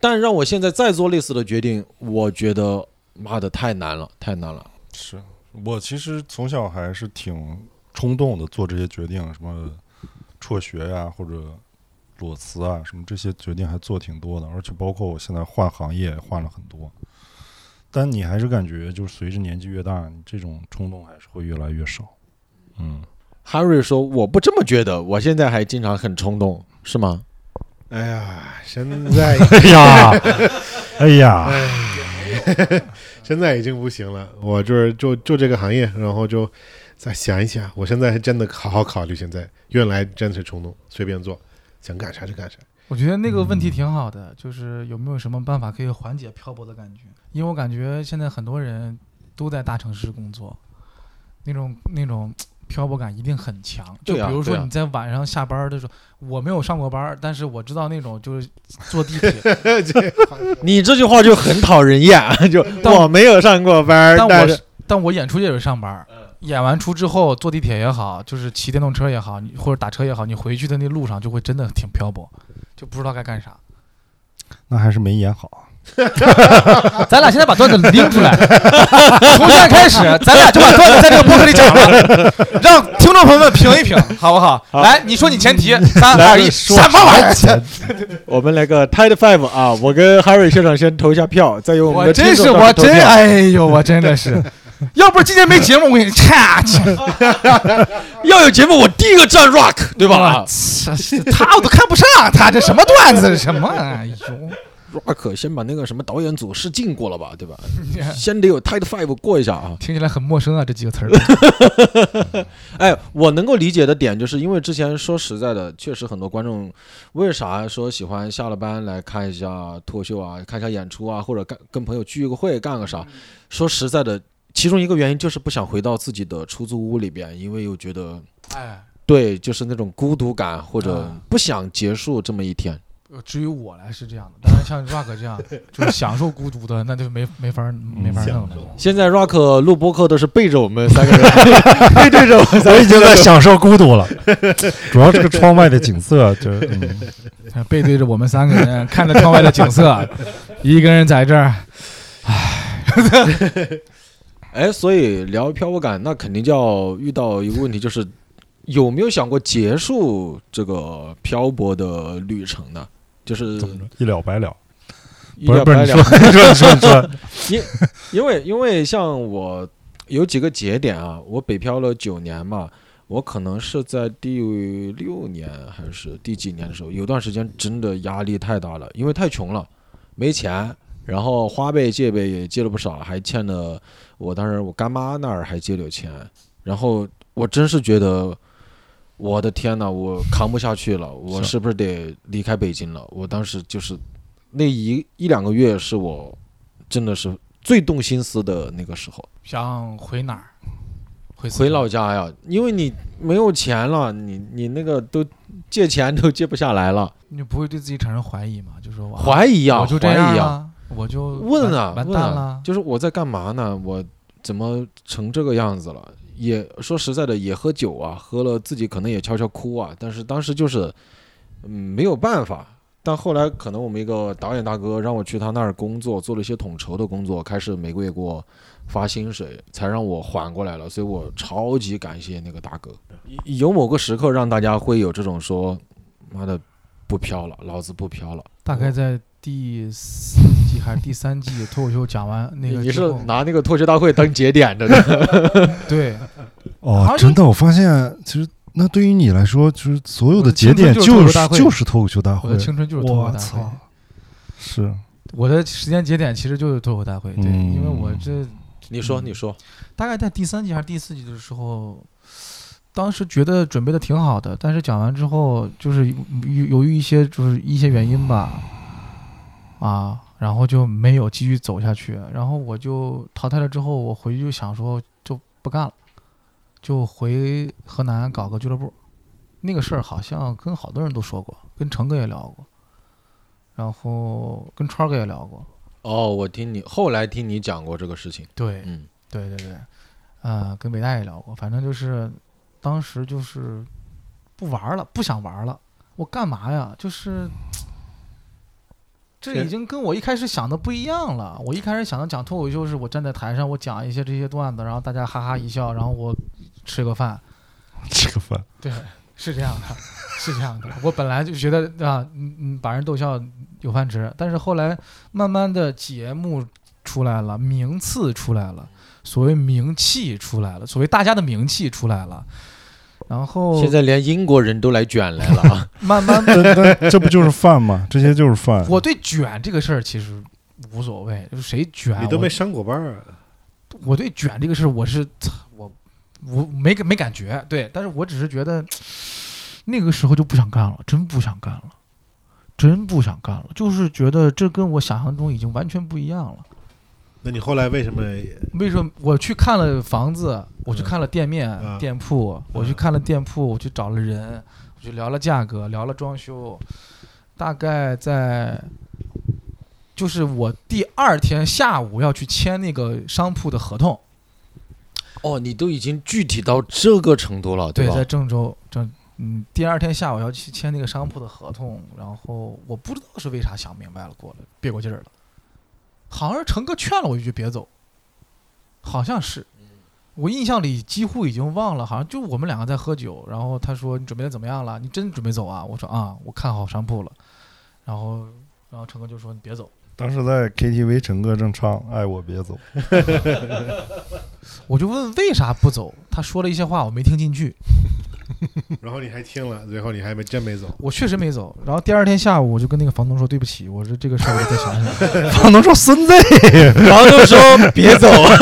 Speaker 1: 但让我现在再做类似的决定，我觉得妈的太难了，太难了。
Speaker 3: 是我其实从小还是挺冲动的，做这些决定，什么辍学呀、或者裸辞啊，什么这些决定还做挺多的，而且包括我现在换行业也换了很多。但你还是感觉，就是随着年纪越大，你这种冲动还是会越来越少。嗯，
Speaker 1: Harry 说：“我不这么觉得，我现在还经常很冲动，是吗？
Speaker 4: 哎呀，现在
Speaker 3: 哎呀， 哎呀，
Speaker 4: 现在已经不行了，我就是就就这个行业，然后就再想一想，我现在还真的好好考虑。现在原来真是冲动，随便做，想干啥就干啥。
Speaker 2: 我觉得那个问题挺好的，就是有没有什么办法可以缓解漂泊的感觉？因为我感觉现在很多人都在大城市工作，那种那种漂泊感一定很强。就
Speaker 1: 对
Speaker 2: 比
Speaker 1: 啊
Speaker 2: 如说
Speaker 1: 对啊
Speaker 2: 你在晚上下班的时候，我没有上过班，但是我知道那种就是坐地铁，
Speaker 1: 你这句话就很讨人厌，啊就
Speaker 2: 但
Speaker 1: 我没有上过班，
Speaker 2: 但我
Speaker 1: 但是嗯
Speaker 2: 但我演出也有上班儿，演完出之后坐地铁也好，就是骑电动车也好，你或者打车也好，你回去的那路上就会真的挺漂泊，就不知道该干啥。
Speaker 3: 那还是没演好。
Speaker 2: 咱俩现在把段子拎出来，从现在开始，咱俩就把段子在这个播客里讲了，让听众朋友们评一评，好不好？来，你说你前提，三二一，什么玩意儿？
Speaker 1: 我们来个 Tide Five 啊！我跟 Harry 校长先投一下票，再由我们
Speaker 2: 我
Speaker 1: 的
Speaker 2: 真是，我真， 哎呦，我真的是，要不是今天没节目，我跟你差，
Speaker 1: 要有节目，我第一个站 Rock，对吧
Speaker 2: 他我都看不上他，这什么段子？什么？哎呦！
Speaker 1: ？Rock 先把那个什么导演组试镜过了吧，对吧？ 先得有 Tide Five 过一下啊！
Speaker 2: 听起来很陌生啊，这几个词儿。
Speaker 1: 哎，我能够理解的点，就是因为之前说实在的，确实很多观众为啥说喜欢下了班来看一下脱口秀啊，看一下演出啊，或者干跟朋友聚个会干个啥？说实在的，其中一个原因就是不想回到自己的出租屋里边，因为又觉得
Speaker 2: 哎，
Speaker 1: 对，就是那种孤独感或者
Speaker 2: 啊
Speaker 1: 不想结束这么一天。
Speaker 2: 至于我来是这样的，当然像 Rock 这样就是享受孤独的，那就没没法没法弄了。
Speaker 1: 现在 Rock 录播客都是背着我们三个人，背对着我们三
Speaker 3: 我
Speaker 1: 个
Speaker 3: 已经
Speaker 1: 人
Speaker 3: 在享受孤独了， 主要这个窗外的景色，就是、嗯、
Speaker 2: 呃背对着我们三个人，看着窗外的 景色，一个人在这儿。
Speaker 1: 哎，所以聊漂泊感，那肯定就要遇到一个问题，就是有没有想过结束这个漂泊的旅程呢？就是
Speaker 3: 怎么着一了百了。
Speaker 1: 一
Speaker 3: 不是
Speaker 1: 了
Speaker 3: 不是，
Speaker 1: 百
Speaker 3: 你
Speaker 1: 了
Speaker 3: 说 你说你说你说，
Speaker 1: 因为因为像我有几个节点啊，我北漂了九年嘛，我可能是在第六年还是第几年的时候，有段时间真的压力太大了，因为太穷了，没钱，然后花呗借呗也借了不少，还欠了我当时我干妈那儿还借了钱，然后我真是觉得。我的天呐，我扛不下去了，我
Speaker 3: 是
Speaker 1: 是不是得离开北京了？我当时就是那一一两个月是我真的是最动心思的那个时候。
Speaker 2: 想回哪儿？回四
Speaker 1: 回
Speaker 2: 川
Speaker 1: 老家呀，因为你没有钱了，你你那个都借钱都借不下来了，
Speaker 2: 你不会对自己产生怀疑吗？就说我
Speaker 1: 怀疑呀，
Speaker 2: 我就这啊
Speaker 1: 怀
Speaker 2: 样
Speaker 1: 疑呀。
Speaker 2: 了，我就
Speaker 1: 问
Speaker 2: 完
Speaker 1: 啊，
Speaker 2: 完
Speaker 1: 问
Speaker 2: 蛋
Speaker 1: 啊
Speaker 2: 了，。
Speaker 1: 就是我在干嘛呢？我怎么成这个样子了？也说实在的，也喝酒啊，喝了自己可能也悄悄哭啊，但是当时就是，嗯，没有办法。但后来可能我们一个导演大哥让我去他那儿工作，做了一些统筹的工作，开始每个月给我发薪水，才让我缓过来了。所以我超级感谢那个大哥。有某个时刻让大家会有这种说，妈的，不飘了，老子不飘了。
Speaker 2: 大概在第四季还是第 三季脱口秀讲完那个
Speaker 1: 你
Speaker 2: 之
Speaker 1: 是
Speaker 2: 后
Speaker 1: 拿那个脱学大会当节点的，对吧
Speaker 2: 对好
Speaker 3: 哦，
Speaker 2: 像
Speaker 3: 真的，我发现其实那对于你来说，就是所有的节点
Speaker 2: 我的青春就
Speaker 3: 就
Speaker 2: 是是
Speaker 3: 就是脱口秀大
Speaker 2: 我
Speaker 3: 会
Speaker 2: 的，青春就是脱口
Speaker 3: 我
Speaker 2: 秀大会
Speaker 3: 操。，是
Speaker 2: 我的时间节点其实就是脱口大会，对，
Speaker 3: 嗯
Speaker 2: 因为我这
Speaker 1: 你说，
Speaker 2: 嗯
Speaker 1: 你说，
Speaker 2: 大概在第三季还是第四季的时候，当时觉得准备的挺好的，但是讲完之后，就是由由于一些就是一些原因吧，啊，然后就没有继续走下去，然后我就淘汰了之后，我回去就想说就不干了，就回河南搞个俱乐部，那个事儿好像跟好多人都说过，跟成哥也聊过。然后跟川儿哥也聊过，
Speaker 1: 哦，我听你后来听你讲过这个事情，
Speaker 2: 对，
Speaker 1: 嗯，
Speaker 2: 对对对，呃，跟伟大也聊过，反正就是当时就是不玩儿了，不想玩儿了，我干嘛呀？就是这
Speaker 1: 是
Speaker 2: 已经跟我一开始想的不一样了。我一开始想的讲脱口秀是我站在台上，我讲一些这些段子，然后大家哈哈一笑，然后我吃个饭，
Speaker 3: 这个饭，
Speaker 2: 对，是这样的，是这样的。我本来就觉得啊，嗯嗯，把人逗笑有饭吃，但是后来慢慢的节目出来了，名次出来了，所谓名气出来了，所谓大家的名气出来了，然后
Speaker 1: 现在连英国人都来卷来了 啊，
Speaker 2: 慢慢
Speaker 3: 但但这不就是饭吗？这些就是饭。
Speaker 2: 我对卷这个事儿其实无所谓，就是谁卷
Speaker 4: 你都
Speaker 2: 我
Speaker 4: 没上过班儿啊，
Speaker 2: 我对卷这个事儿，我是操我我没没感觉，对，但是我只是觉得那个时候就不想干了，真不想干了，真不想干了，就是觉得这跟我想象中已经完全不一样了。
Speaker 4: 那你后来为什么
Speaker 2: 为什么我去看了房子，我去
Speaker 4: 嗯
Speaker 2: 看了店面、
Speaker 4: 啊
Speaker 2: 店铺，我去看了店铺，我去找了人，我去聊了价格，聊了装修，大概在就是我第二天下午要去签那个商铺的合同。
Speaker 1: 哦，你都已经具体到这个程度了，
Speaker 2: 对，
Speaker 1: 吧
Speaker 2: 在？郑州，郑嗯，第二天下午要去签那个商铺的合同，然后我不知道是为啥想明白了，过来憋过劲儿了，好像是成哥劝了我一句别走，好像是，我印象里几乎已经忘了，好像就我们两个在喝酒，然后他说你准备的怎么样了？你真准备走啊？我说啊，我看好商铺了，然后然后成哥就说你别走，
Speaker 6: 当时在 KTV，陈哥正唱《爱我别走》，
Speaker 2: 我就问为啥不走，他说了一些话我没听进去，
Speaker 4: 然后你还听了，最后你还没真没走，
Speaker 2: 我确实没走。然后第二天下午我就跟那个房东说对不起，我说这个事儿我得再想想。房东说孙子，
Speaker 1: 房东说别走，
Speaker 2: 啊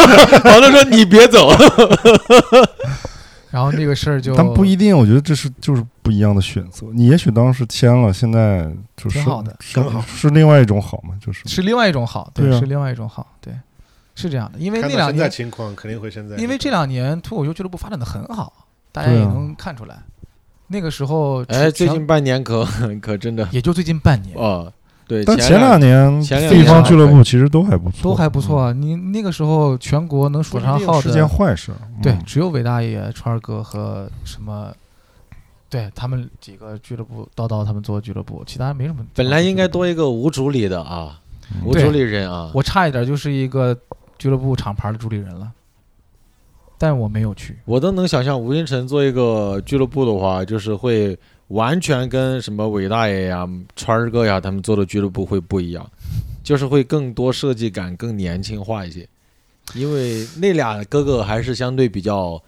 Speaker 1: 房东说你别 走，
Speaker 2: 然后这个事儿就
Speaker 6: 但不一定，我觉得这是就是不一样的选择。你也许当时签了，现在就是
Speaker 2: 挺好的，
Speaker 6: 是
Speaker 4: 更好
Speaker 6: 是另外一种好嘛，就是
Speaker 2: 是另外一种好，对，
Speaker 6: 对啊
Speaker 2: 是另外一种好，对，是这样的，因为
Speaker 4: 看
Speaker 2: 那
Speaker 4: 到
Speaker 2: 两
Speaker 4: 现在
Speaker 2: 年，
Speaker 4: 情况肯定会现在，
Speaker 2: 因为这两年脱口秀俱乐部发展的很好，大家
Speaker 6: 对
Speaker 2: 也
Speaker 6: 啊
Speaker 2: 能看出来。那个时候，
Speaker 1: 哎，
Speaker 2: 全
Speaker 1: 最近半年 可可真的
Speaker 2: 也就最近半年
Speaker 1: 哦，对，
Speaker 6: 但
Speaker 1: 前
Speaker 6: 前两年
Speaker 1: 前两
Speaker 6: 地
Speaker 1: 年
Speaker 6: 方
Speaker 1: 还
Speaker 6: 俱乐
Speaker 1: 可
Speaker 6: 部其实都还不错，嗯
Speaker 2: 都还不错。啊你那个时候全国能数上号
Speaker 6: 是件
Speaker 2: 的，
Speaker 6: 坏事。嗯
Speaker 2: 对，只有伟大爷、川儿哥和什么。对他们几个俱乐部，叨叨他们做俱乐部，其他没什么。
Speaker 1: 本来应该多一个无主理的啊，
Speaker 6: 嗯
Speaker 1: 无主理人啊，
Speaker 2: 我差一点就是一个俱乐部厂牌的主理人了，但我没 有去。
Speaker 1: 我都能想象吴星辰做一个俱乐部的话，就是会完全跟什么伟大爷呀、川儿哥呀他们做的俱乐部会不一样，就是会更多设计感，更年轻化一些。因为那俩哥哥还是相对比较，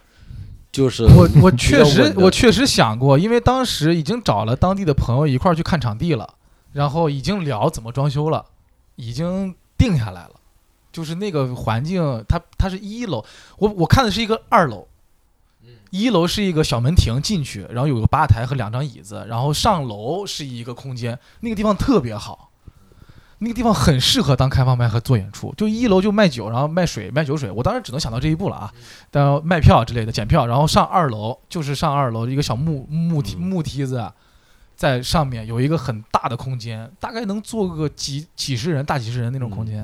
Speaker 1: 就是
Speaker 2: 我我
Speaker 1: 比
Speaker 2: 确
Speaker 1: 较
Speaker 2: 实
Speaker 1: 稳的
Speaker 2: 我确实想过，因为当时已经找了当地的朋友一块儿去看场地了，然后已经聊怎么装修了，已经定下来了。就是那个环境，它它是一楼，我我看的是一个二楼，一楼是一个小门庭进去，然后有个吧台和两张椅子，然后上楼是一个空间，那个地方特别好，那个地方很适合当开放麦和做演出。就一楼就卖酒，然后卖水卖酒水，我当时只能想到这一步了啊。但卖票之类的检票，然后上二楼就是上二楼一个小木木梯
Speaker 1: 嗯
Speaker 2: 木梯子，在上面有一个很大的空间，大概能坐个几几十人大几十人那种空间，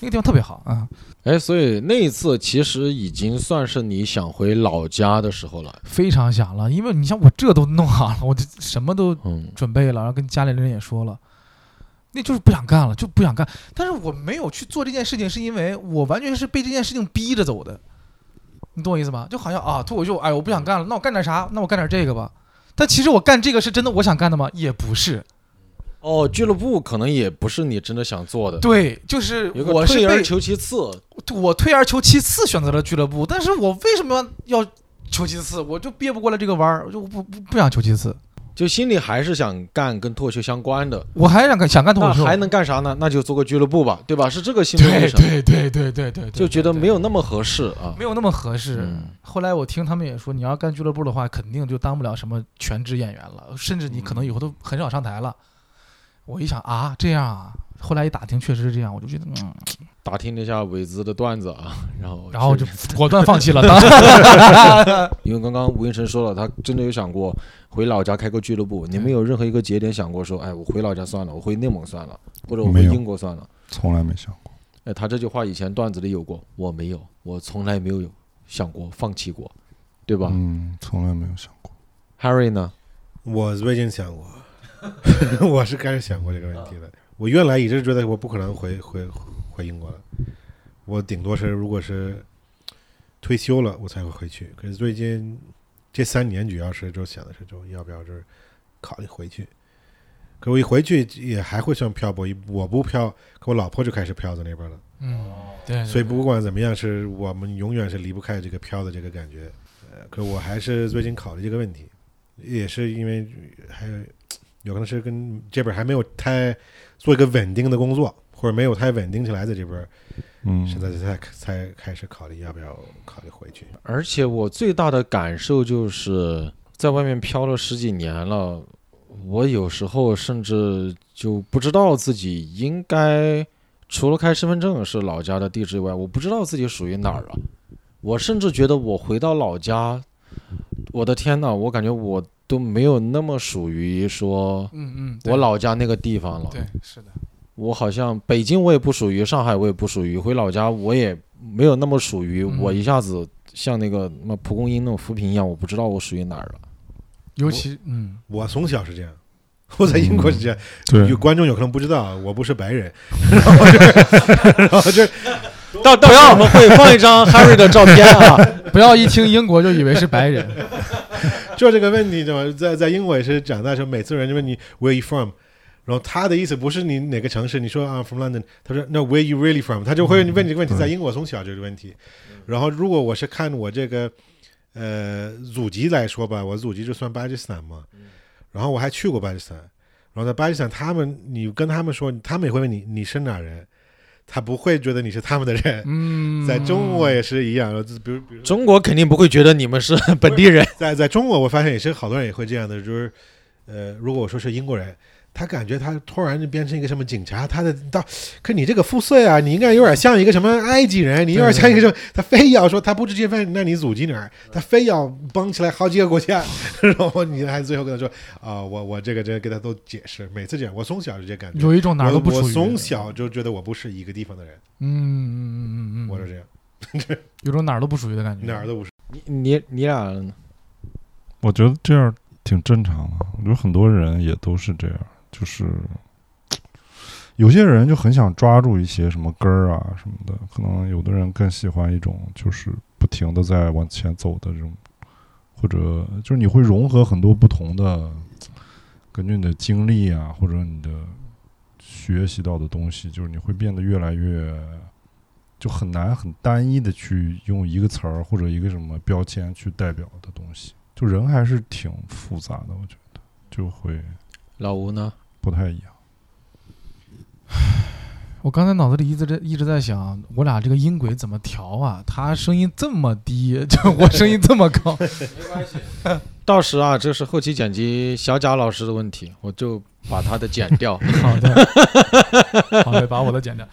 Speaker 2: 那个地方特别好啊，
Speaker 1: 哎，所以那一次其实已经算是你想回老家的时候了。
Speaker 2: 非常想了，因为你像我这都弄好了，我这什么都
Speaker 1: 嗯，
Speaker 2: 准备了，然后跟家里人也说了，那就是不想干了，就不想干。但是我没有去做这件事情，是因为我完全是被这件事情逼着走的，你懂我意思吗？就好像啊，脱口秀，哎，我不想干了，那我干点啥？那我干点这个吧。但其实我干这个是真的我想干的吗？也不是，
Speaker 1: 哦，俱乐部可能也不是你真的想做的，
Speaker 2: 对，就是
Speaker 1: 有个
Speaker 2: 我是
Speaker 1: 退而
Speaker 2: 被
Speaker 1: 求其次。
Speaker 2: 我退而求其次选择了俱乐部，但是我为什么要求其次？我就憋不过来这个弯儿，我就不不不想求其次，
Speaker 1: 就心里还是想干跟脱口秀相关的，
Speaker 2: 我还想干想干脱
Speaker 1: 那
Speaker 2: 口秀，
Speaker 1: 还能干啥呢？那就做个俱乐部吧，对吧？是这个心路历
Speaker 2: 对
Speaker 1: 程，
Speaker 2: 对对对对对，
Speaker 1: 就觉得
Speaker 2: 有。对
Speaker 1: 没有那么合适啊
Speaker 2: 没。有那么合适。
Speaker 1: 嗯
Speaker 2: 后来我听他们也说，你要干俱乐部的话，肯定就当不了什么全职演员了，甚至你可能以后都很少上台了。我一想啊，这样啊，后来一打听确实是这样，我就觉得嗯，
Speaker 1: 打听了一下伟子的段子啊，然后
Speaker 2: 然后就
Speaker 1: 确实
Speaker 2: 果断放弃了。当
Speaker 1: 因为刚刚吴云晨说了，他真的有想过回老家开个俱乐部。你们有任何一个节点想过说，哎，我回老家算了，我回内蒙算了，或者我回
Speaker 6: 没有
Speaker 1: 英国算了？
Speaker 6: 从来没想过。
Speaker 1: 哎，他这句话以前段子里有过，我没有，我从来没有想过放弃过，对吧、
Speaker 6: 嗯，从来没有想过。
Speaker 1: h a r r y 呢？
Speaker 4: 我最近想过， 我是开始想过这个问题的。我原来一直觉得我不可能回回回英国了，我顶多是如果是退休了我才会回去。可是最近这三年主要是就想的是，就要不要就是考虑回去。可我一回去也还会像漂泊，一我不漂，可我老婆就开始漂在那边了。
Speaker 2: 嗯， 对，
Speaker 4: 所以不管怎么样，是我们永远是离不开这个飘的这个感觉。呃，可我还是最近考虑这个问题，也是因为还有有可能是跟这边还没有太做一个稳定的工作，或者没有太稳定起来，在这边
Speaker 6: 嗯，
Speaker 4: 现在才才开始考虑要不要考虑回去。
Speaker 1: 而且我最大的感受就是，在外面漂了十几年了，我有时候甚至就不知道自己应该，除了开身份证是老家的地址以外，我不知道自己属于哪儿啊。我甚至觉得我回到老家，我的天呐，我感觉我都没有那么属于说
Speaker 2: 嗯嗯，对
Speaker 1: 我老家那个地方了。
Speaker 2: 对是的，
Speaker 1: 我好像北京我也不属于，上海我也不属于，回老家我也没有那么属于。
Speaker 2: 嗯
Speaker 1: 我一下子像那个那蒲公英那种浮萍一样，我不知道我属于哪儿了。
Speaker 2: 尤其嗯，
Speaker 4: 我从小是这样，我在英国是这样，
Speaker 3: 对
Speaker 4: 有，观众有可能不知道，我不是白人，然后就然后就
Speaker 1: 到到时候我们会放一张 Harry 的照片啊，
Speaker 2: 不要一听英国就以为是白人，
Speaker 4: 就这个问题，怎么在在英国也是长大的时候，每次有人就问你 Where you from，然后他的意思不是你哪个城市，你说啊 from London，他说 No Where you really from，他就会问这个问题，在英国从小就这个问题。然后如果我是看我这个呃祖籍来说吧，我祖籍就算巴基斯坦嘛，然后我还去过巴基斯坦，然后在巴基斯坦他们你跟他们说，他们也会问你你是哪人，他不会觉得你是他们的人。
Speaker 2: 嗯，
Speaker 4: 在中国也是一样，然后比如比如说
Speaker 1: 中国肯定不会觉得你们是 本地人，
Speaker 4: 在在中国，我发现也是好多人也会这样的，就是，呃，如果我说是英国人，他感觉他突然就变成一个什么警察，他的到，可你这个肤色呀，你应该有点像一个什么埃及人，你有点像一个什么，他非要说他不直接问那你祖籍哪儿，他非要蹦起来好几个国家，然后你还最后跟他说啊、我我这个这个给他都解释，每次这样，我从小就这感觉，
Speaker 2: 有一种哪儿都不
Speaker 4: 我
Speaker 2: 属
Speaker 4: 我
Speaker 2: 于，
Speaker 4: 从小就觉得我不是一个地方的人，
Speaker 2: 嗯嗯嗯嗯
Speaker 4: 我是
Speaker 2: 嗯，
Speaker 4: 这样，
Speaker 2: 有种哪儿都不属于的感觉，
Speaker 4: 哪儿都不是。
Speaker 5: 你你你俩呢？
Speaker 3: 我觉得这样挺正常的。我觉得很多人也都是这样，就是有些人就很想抓住一些什么根儿啊什么的，可能有的人更喜欢一种就是不停的在往前走的这种，或者就是你会融合很多不同的，根据你的经历啊或者你的学习到的东西，就是你会变得越来越。就很难很单一的去用一个词儿或者一个什么标签去代表的东西，就人还是挺复杂的，我觉得就会
Speaker 1: 老吴呢？
Speaker 3: 不太一样。
Speaker 2: 我刚才脑子里一直在一直在想，我俩这个音轨怎么调啊？他声音这么低， 就我声音这么高，
Speaker 1: 到时啊，这是后期剪辑小贾老师的问题，我就把他的剪掉。
Speaker 2: 好的，好的，把我的剪掉。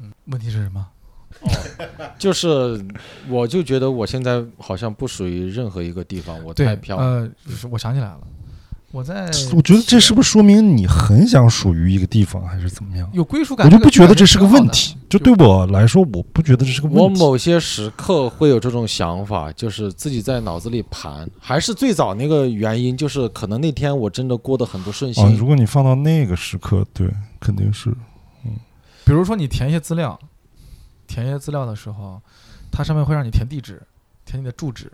Speaker 2: 嗯，问题是什么？
Speaker 1: 就是，我就觉得我现在好像不属于任何一个地方，我
Speaker 2: 对
Speaker 1: 太，飘。
Speaker 2: 呃，是我想起来了，我在
Speaker 3: 我觉得这是不是说明你很想属于一个地方，还是怎么样？
Speaker 2: 有归属感，
Speaker 3: 我就
Speaker 2: 个
Speaker 3: 不觉得这是个
Speaker 2: 挺好
Speaker 3: 问
Speaker 2: 的
Speaker 3: 题，就对我来说，我不觉得这是个
Speaker 1: 我
Speaker 3: 问题。啊
Speaker 1: 某些时刻会有这种想法，就是自己在脑子里盘，还是最早那个原因，就是可能那天我真的过得很不顺
Speaker 2: 哦
Speaker 3: 啊，
Speaker 1: 心
Speaker 3: 如。果你放到那个时刻，对，肯定是
Speaker 2: 比如说你填一些资料，填一些资料的时候，它上面会让你填地址，填你的住址。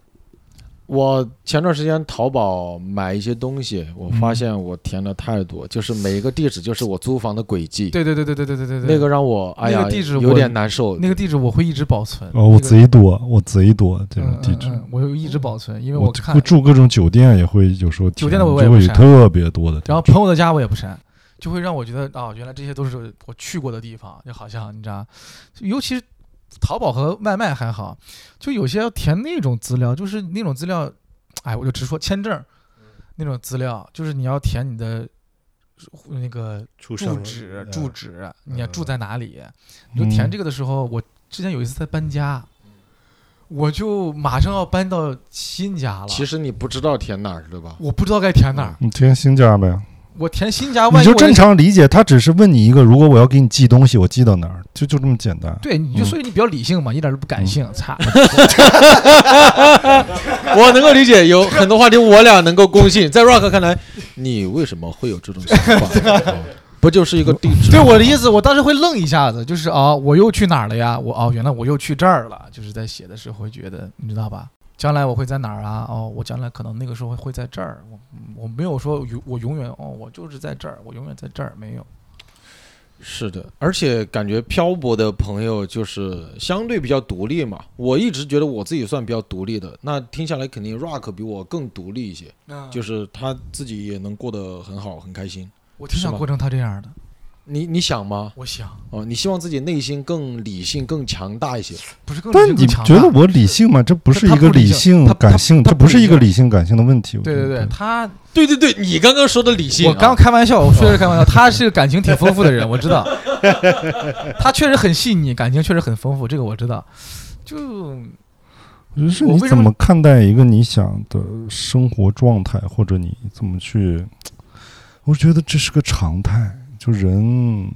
Speaker 1: 我前段时间淘宝买一些东西，我
Speaker 2: 嗯
Speaker 1: 发现我填的太多，就是每一个地址就是我租房的轨迹，
Speaker 2: 对对对对对对对对对，
Speaker 1: 那个让我哎
Speaker 2: 那
Speaker 1: 呀
Speaker 2: 个地址我
Speaker 1: 有点难受。
Speaker 2: 那个地址我会一直保存。
Speaker 3: 哦，
Speaker 2: 嗯
Speaker 3: 我
Speaker 2: 这个
Speaker 3: 贼多，我贼多这
Speaker 2: 嗯
Speaker 3: 种地址
Speaker 2: 嗯，嗯我会一直保存，因为
Speaker 3: 我
Speaker 2: 看
Speaker 3: 我，住各种酒店也会有时候
Speaker 2: 酒店
Speaker 3: 填
Speaker 2: 的我也
Speaker 3: 就
Speaker 2: 不
Speaker 3: 会有
Speaker 2: 删
Speaker 3: 特别多的地址，
Speaker 2: 然后朋友的家我也不删，就会让我觉得啊、原来这些都是我去过的地方，就好像你知道，尤其是淘宝和外卖还好，就有些要填那种资料，就是那种资料，哎，我就直说签证那种资料，就是你要填你的那个
Speaker 4: 出呃
Speaker 2: 住址，住址，你要住
Speaker 4: 嗯
Speaker 2: 在哪里？你就填
Speaker 3: 嗯
Speaker 2: 这个的时候，我之前有一次在搬家，我就马上要搬到新家了，
Speaker 1: 其实你不知道填哪儿，对 吧？
Speaker 2: 我不知道该填哪儿，
Speaker 3: 你填新家呗。
Speaker 2: 我填新家，万
Speaker 3: 你
Speaker 2: 一
Speaker 3: 就
Speaker 2: 我的
Speaker 3: 正常理解，他只是问你一个，如果我要给你寄东西，我寄到哪儿，就就这么简单。
Speaker 2: 对，你就
Speaker 3: 嗯
Speaker 2: 所以你比较理性嘛，一点都不感性，差。
Speaker 1: 我能够理解，有很多话题我俩能够共性。在 Rock 看来，你为什么会有这种想 法？ 不就是一个地址？
Speaker 2: 对我的意思，我当时会愣一下子，就是啊，我又去哪儿了呀？我哦，原来我又去这儿了，就是在写的时候会觉得，你知道吧？将来我会在哪儿啊？哦，我将来可能那个时候会在这儿，我我没有说永我永远哦，我就是在这儿，我永远在这儿，没有。
Speaker 1: 是的，而且感觉漂泊的朋友就是相对比较独立嘛。我一直觉得我自己算比较独立的，那听下来肯定 Rock 比我更独立一些，就是他自己也能过得很好，很开心。
Speaker 2: 我挺
Speaker 1: 是
Speaker 2: 想
Speaker 1: 吗
Speaker 2: 过成他这样的，
Speaker 1: 你你想吗？
Speaker 2: 我想
Speaker 1: 哦，你希望自己内心更理性、更强大一些。
Speaker 2: 不是更
Speaker 3: 但
Speaker 2: 理性
Speaker 3: 你
Speaker 2: 更强
Speaker 3: 觉
Speaker 2: 大
Speaker 3: 得我理性吗？这不
Speaker 2: 他
Speaker 3: 是一
Speaker 2: 他
Speaker 3: 个
Speaker 2: 不理
Speaker 3: 理
Speaker 2: 性
Speaker 3: 性
Speaker 2: 他他
Speaker 3: 感性，
Speaker 2: 他
Speaker 3: 这
Speaker 2: 不
Speaker 3: 不是
Speaker 2: 理
Speaker 3: 一个
Speaker 2: 性
Speaker 3: 理性感性的问题。我
Speaker 2: 对
Speaker 3: 觉
Speaker 2: 对
Speaker 3: 得
Speaker 2: 嗯对，他
Speaker 1: 对对对，你刚刚说的理性、
Speaker 4: 啊
Speaker 1: 啊
Speaker 2: 我刚开玩笑，我确
Speaker 4: 哦
Speaker 2: 实开玩笑，他是感情挺丰富的 人，我知道，他确实很细腻，感情确实很丰富，这个我知道。就
Speaker 3: 我觉得是
Speaker 2: 我
Speaker 3: 你
Speaker 2: 为什
Speaker 3: 怎
Speaker 2: 么
Speaker 3: 么看待一个你想的生活状态，或者你怎么去？
Speaker 2: 嗯
Speaker 3: 我觉得这是个常态，就人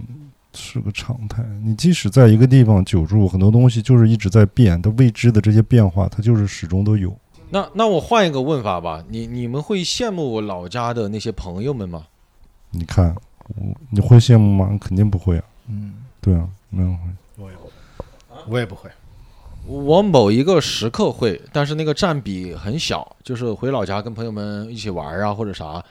Speaker 3: 是个常态。你即使在一个地方久住，很多东西就是一直在变，它未知的这些变化，它就是始终都有。
Speaker 1: 那那我换一个问法吧，你你们会羡慕我老家的那些朋友们吗？
Speaker 3: 你看，我你会羡慕吗？肯定不会啊，
Speaker 2: 嗯，
Speaker 3: 对啊，没有会。
Speaker 4: 我也不会。
Speaker 1: 我某一个时刻会，但是那个占比很小，就是回老家跟朋友们一起玩啊或者啥，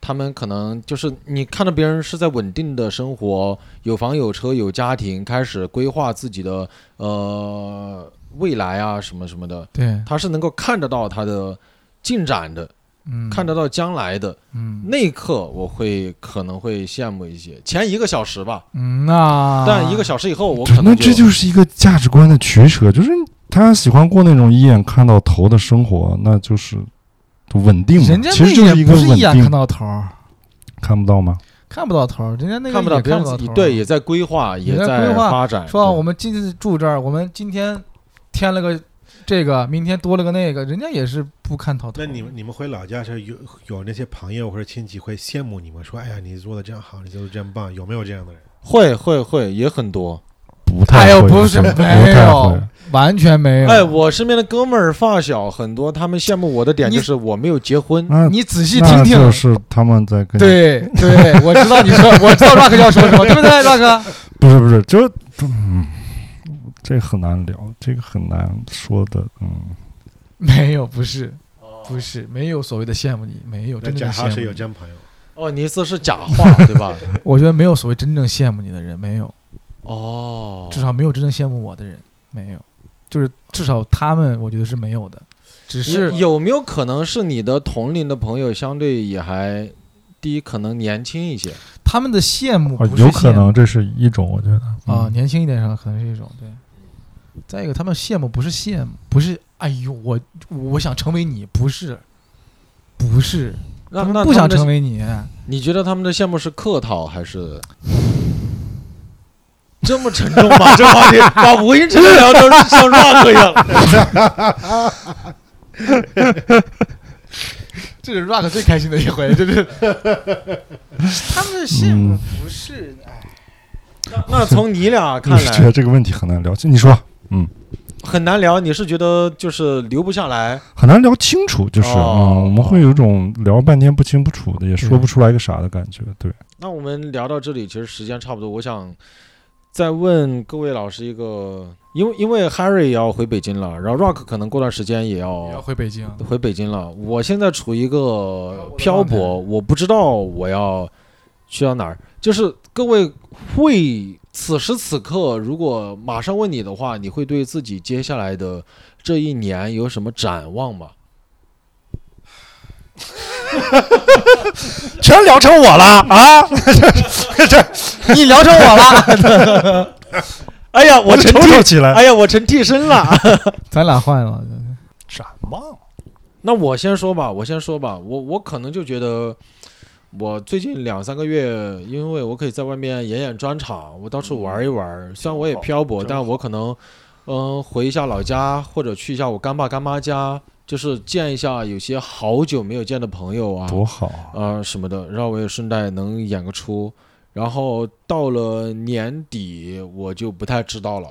Speaker 1: 他们可能就是你看到别人是在稳定的生活，有房有车有家庭，开始规划自己的呃未来啊什么什么的，
Speaker 2: 对，
Speaker 1: 他是能够看得到他的进展的，
Speaker 2: 嗯，
Speaker 1: 看得到将来的。
Speaker 2: 嗯，
Speaker 1: 那一刻我会可能会羡慕一些，前一个小时吧，
Speaker 2: 嗯那
Speaker 1: 但一个小时以后我可
Speaker 3: 那
Speaker 1: 能
Speaker 3: 这
Speaker 1: 就
Speaker 3: 就是一个价值观的取舍，就是他喜欢过那种一眼看到头的生活，那就是稳定
Speaker 2: 人
Speaker 3: 嘛，
Speaker 2: 家
Speaker 3: 其实就
Speaker 2: 那
Speaker 3: 是
Speaker 2: 也
Speaker 3: 个
Speaker 2: 不是
Speaker 3: 稳
Speaker 2: 一眼看
Speaker 3: 定，
Speaker 2: 到头儿，
Speaker 3: 看不到吗？
Speaker 2: 看不到头儿，人家那个
Speaker 1: 看不
Speaker 2: 也
Speaker 1: 到别
Speaker 2: 看
Speaker 1: 人
Speaker 2: 不到
Speaker 1: 自己
Speaker 2: 头儿，啊
Speaker 1: 对也在规划，
Speaker 2: 也在
Speaker 1: 在
Speaker 2: 规划
Speaker 1: 发展。
Speaker 2: 说
Speaker 1: 对
Speaker 2: 我们今次住这儿，我们今天添了个这个，明天多了个那个，人家也是不看到头
Speaker 4: 那
Speaker 2: 儿。
Speaker 4: 你们你们回老家是有有那些朋友或者亲戚会羡慕你们说，哎呀，你做的真好，你做的真棒，有没有这样的人？
Speaker 1: 会会会也很多。
Speaker 3: 不太
Speaker 2: 哎
Speaker 3: 会，
Speaker 2: 呦，不是
Speaker 3: 是不
Speaker 2: 没
Speaker 3: 太会
Speaker 2: 有，完全没有。
Speaker 1: 哎，我身边的哥们儿发小很多，他们羡慕我的点
Speaker 2: 你啊
Speaker 1: 就是我没有结婚。
Speaker 3: 那
Speaker 2: 你仔细听听
Speaker 3: 哎那，就是他们在跟你
Speaker 2: 对对，我知道你说，我知道 Rock 要说什么，对 不对，Rock？
Speaker 3: 不是不是，就是嗯，这个很难聊，这个很难说的，嗯，
Speaker 2: 没有，不是，不是，没有所谓的羡慕你，没有
Speaker 4: 那
Speaker 2: 真正的
Speaker 4: 贾
Speaker 2: 羡
Speaker 4: 浩
Speaker 2: 慕
Speaker 4: 是有
Speaker 2: 你。
Speaker 4: 真朋友，
Speaker 1: 哦，你意思是假话对吧？
Speaker 2: 我觉得没有所谓真正羡慕你的人，没有，
Speaker 1: 哦，
Speaker 2: 至少没有真正羡慕我的人，没有，就是至少他们，我觉得是没有的，只是
Speaker 1: 有有没有可能是你的同龄的朋友相对也还第一可能年轻一些？
Speaker 2: 他们的羡慕
Speaker 3: 啊
Speaker 2: 不是
Speaker 3: 有
Speaker 2: 羡
Speaker 3: 可
Speaker 2: 慕
Speaker 3: 能这是一种，我觉得
Speaker 2: 啊，
Speaker 3: 嗯
Speaker 2: 年轻一点上可能是一种对。再一个，他们羡慕不是羡慕，不是哎呦我我想成为你，不是，不是，
Speaker 1: 那
Speaker 2: 他们
Speaker 1: 那
Speaker 2: 不想
Speaker 1: 他们
Speaker 2: 成
Speaker 1: 的，
Speaker 2: 为你，哎
Speaker 1: 你觉得他们的羡慕是客套还是？这么沉重 吗？这话题把吴音晨聊成 像 rock 一样。
Speaker 2: 这是 Rock 最开心的一回，这是。 他们羡慕不是，哎，
Speaker 1: 那从你俩看
Speaker 3: 我是觉
Speaker 1: 来
Speaker 3: 得这个问题很难聊清，你说
Speaker 1: 很难聊，你是觉得就是留不下来，
Speaker 3: 很难聊清楚，就是
Speaker 1: 哦
Speaker 3: 嗯，我们会有一种聊半天不清不楚的，也说不
Speaker 5: 嗯
Speaker 3: 出来个啥的感觉，对。
Speaker 1: 那我们聊到这里，其实时间差不多。我想再问各位老师一个，因为因为 Harry 也要回北京了，然后 Rock 可能过段时间也
Speaker 2: 要
Speaker 3: 哦
Speaker 1: 要
Speaker 2: 回北京，啊
Speaker 1: 回北京了。我现在处于一个漂
Speaker 2: 嗯漂泊的状态
Speaker 1: 泊，我不知道我要去到哪儿。就是各位会此时此刻，如果马上问你的话，你会对自己接下来的这一年有什么展望吗？
Speaker 5: 全聊成我了 啊！
Speaker 2: 你聊成我 了，
Speaker 1: 哎呀，
Speaker 5: 我瞅瞅起来，
Speaker 1: 哎呀，我成替身了。
Speaker 2: 咱俩换了，
Speaker 5: 展望
Speaker 1: 那我先说吧，我先说吧，我我可能就觉得，我最近两三个月，因为我可以在外面演演专场，我到处玩一玩。虽然我也漂泊，但我可能，嗯，回一下老家，或者去一下我干爸干妈家，就是见一下有些好久没有见的朋友啊，
Speaker 3: 多好啊，
Speaker 1: 啊什么的，然后我也顺带能演个出。然后到了年底，我就不太知道了。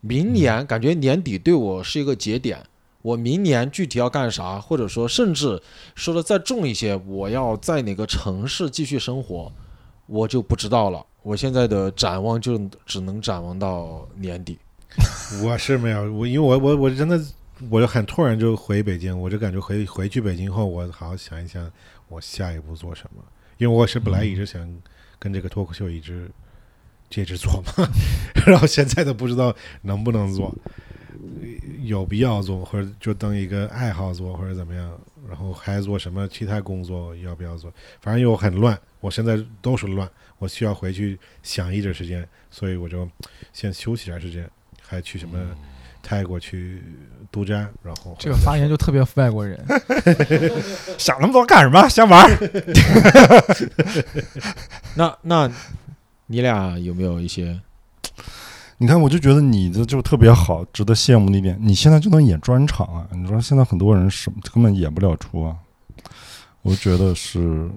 Speaker 1: 明年感觉年底对我是一个节点，我明年具体要干啥，或者说甚至说的再重一些，我要在哪个城市继续生活，我就不知道了。我现在的展望就只能展望到年底。
Speaker 4: 我是没有，我因为我我我真的我就很突然就回北京，我就感觉回回去北京后，我好好想一想我下一步做什么，因为我是本来一直想跟这个脱口秀一直接着做嘛， 然后现在都不知道能不能做，有必要做，或者就当一个爱好做，或者怎么样，然后还做什么其他工作要不要做，反正又很乱，我现在都是乱，我需要回去想一段时间，所以我就先休息点时间，还去什么泰国去度假，然后
Speaker 2: 这个发言就特别外国人。
Speaker 5: 想那么多干什么？先玩儿。
Speaker 1: 那那，你俩有没有一些？
Speaker 3: 你看，我就觉得你的就特别好，值得羡慕的一点，你现在就能演专场啊！你说现在很多人什么根本演不了出啊，我觉得是，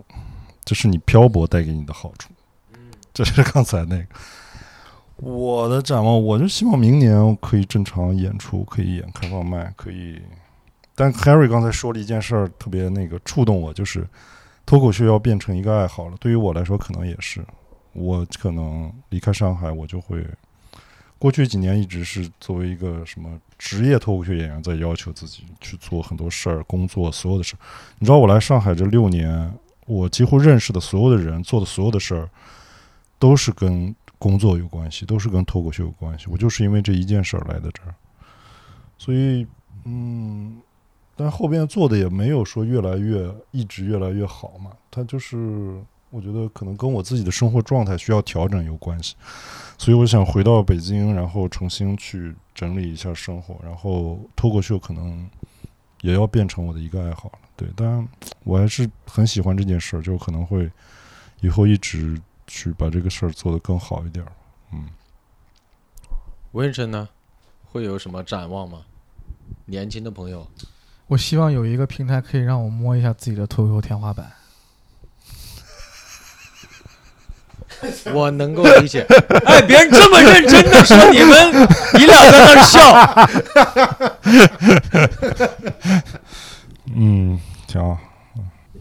Speaker 3: 这是你漂泊带给你的好处。这是刚才那个我的展望，我就希望明年我可以正常演出，可以演开放麦，可以。但 Harry 刚才说了一件事儿，特别那个触动我，就是脱口秀要变成一个爱好了。对于我来说，可能也是，我可能离开上海，我就会。过去几年一直是作为一个什么职业脱口秀演员，在要求自己去做很多事儿，工作所有的事儿。你知道我来上海这六年，我几乎认识的所有的人做的所有的事儿，都是跟工作有关系，都是跟脱口秀有关系。我就是因为这一件事儿来的这儿，所以嗯，但后边做的也没有说越来越一直越来越好嘛。它就是我觉得可能跟我自己的生活状态需要调整有关系，所以我想回到北京，然后重新去整理一下生活，然后脱口秀可能也要变成我的一个爱好了。对，但我还是很喜欢这件事儿，就可能会以后一直去把这个事儿做得更好一点儿。嗯，
Speaker 1: 文晨呢，会有什么展望吗？年轻的朋友，
Speaker 2: 我希望有一个平台可以让我摸一下自己的脱口秀天花板。
Speaker 1: 我能够理解。哎，别人这么认真的说，你们你俩在那儿笑，
Speaker 3: 嗯，挺好。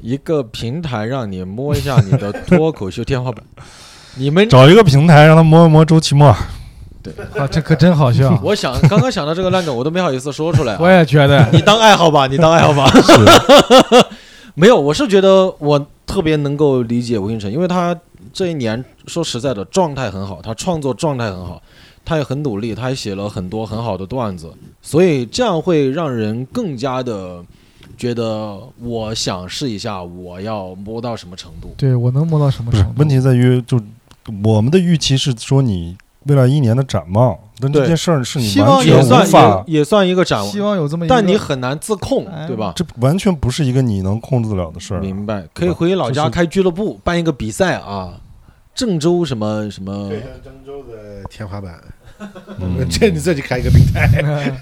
Speaker 1: 一个平台让你摸一下你的脱口秀天花板，你们。
Speaker 3: 找一个平台让他摸一摸周奇墨。
Speaker 2: 啊，这可真好笑
Speaker 1: 我想刚刚想到这个烂梗，我都没好意思说出来、啊。
Speaker 2: 我也觉得，
Speaker 1: 你当爱好 吧，你当爱好吧。 没有，我是觉得我特别能够理解吴星辰，因为他这一年说实在的状态很好，他创作状态很好，他也很努力，他也写了很多很好的段子，所以这样会让人更加的觉得我想试一下，我要摸到什么程度。
Speaker 2: 对我能摸到什么
Speaker 3: 不是
Speaker 2: 程，度？
Speaker 3: 问题在于就我们的预期是说你未来一年的展望，但这
Speaker 1: 对
Speaker 3: 件事儿是你
Speaker 2: 希望
Speaker 3: 完
Speaker 2: 这
Speaker 1: 也
Speaker 3: 全
Speaker 1: 算
Speaker 3: 无法，
Speaker 1: 也也算一个展
Speaker 2: 希
Speaker 1: 望，
Speaker 2: 望有这么一个，
Speaker 1: 但你很难自控，
Speaker 2: 哎
Speaker 1: 对吧？
Speaker 3: 这完全不是一个你能控制得了的事儿。
Speaker 1: 明白，可以回老
Speaker 3: 就
Speaker 1: 家
Speaker 3: 是
Speaker 1: 开俱乐部，办一个比赛啊，郑州什么什么
Speaker 4: 对，像郑州的天花板，
Speaker 3: 嗯
Speaker 4: 这你自己开一个平台，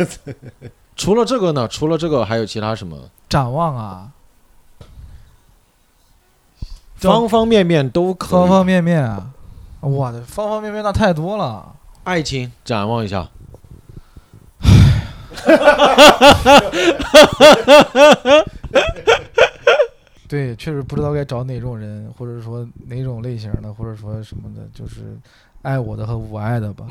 Speaker 1: 除了这个呢？除了这个还有其他什么？
Speaker 2: 展望啊，叫
Speaker 1: 方方面面都可以。
Speaker 2: 方方面面啊，我的方方面面那太多了。
Speaker 1: 爱情展望一下，
Speaker 2: 对，确实不知道该找哪种人，或者说哪种类型的，或者说什么的，就是爱我的和我爱的吧。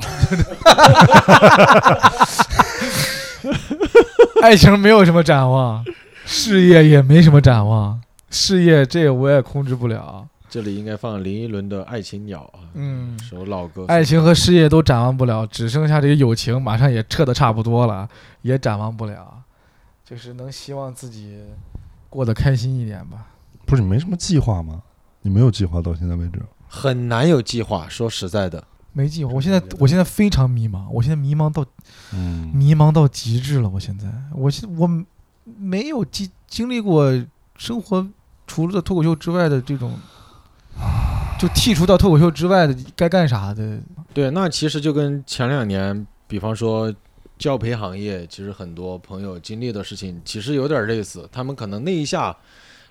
Speaker 2: 爱情没有什么展望，事业也没什么展望，事业这我也控制不了。
Speaker 1: 这里应该放林依轮的《爱情鸟》啊，
Speaker 2: 嗯，
Speaker 1: 首老歌。
Speaker 2: 爱情和事业都展望不了，只剩下这个友情，马上也撤的差不多了，也展望不了。就是能希望自己过得开心一点吧。
Speaker 3: 不是你没什么计划吗？你没有计划到现在为止，
Speaker 1: 很难有计划，说实在的，
Speaker 2: 没计划，我现在我现在非常迷茫，我现在迷茫到
Speaker 3: 嗯，
Speaker 2: 迷茫到极致了。我现在，我现我没有经经历过生活除了脱口秀之外的这种，就剔除到脱口秀之外的该干啥的。
Speaker 1: 对，那其实就跟前两年，比方说教培行业，其实很多朋友经历的事情，其实有点类似。他们可能那一下，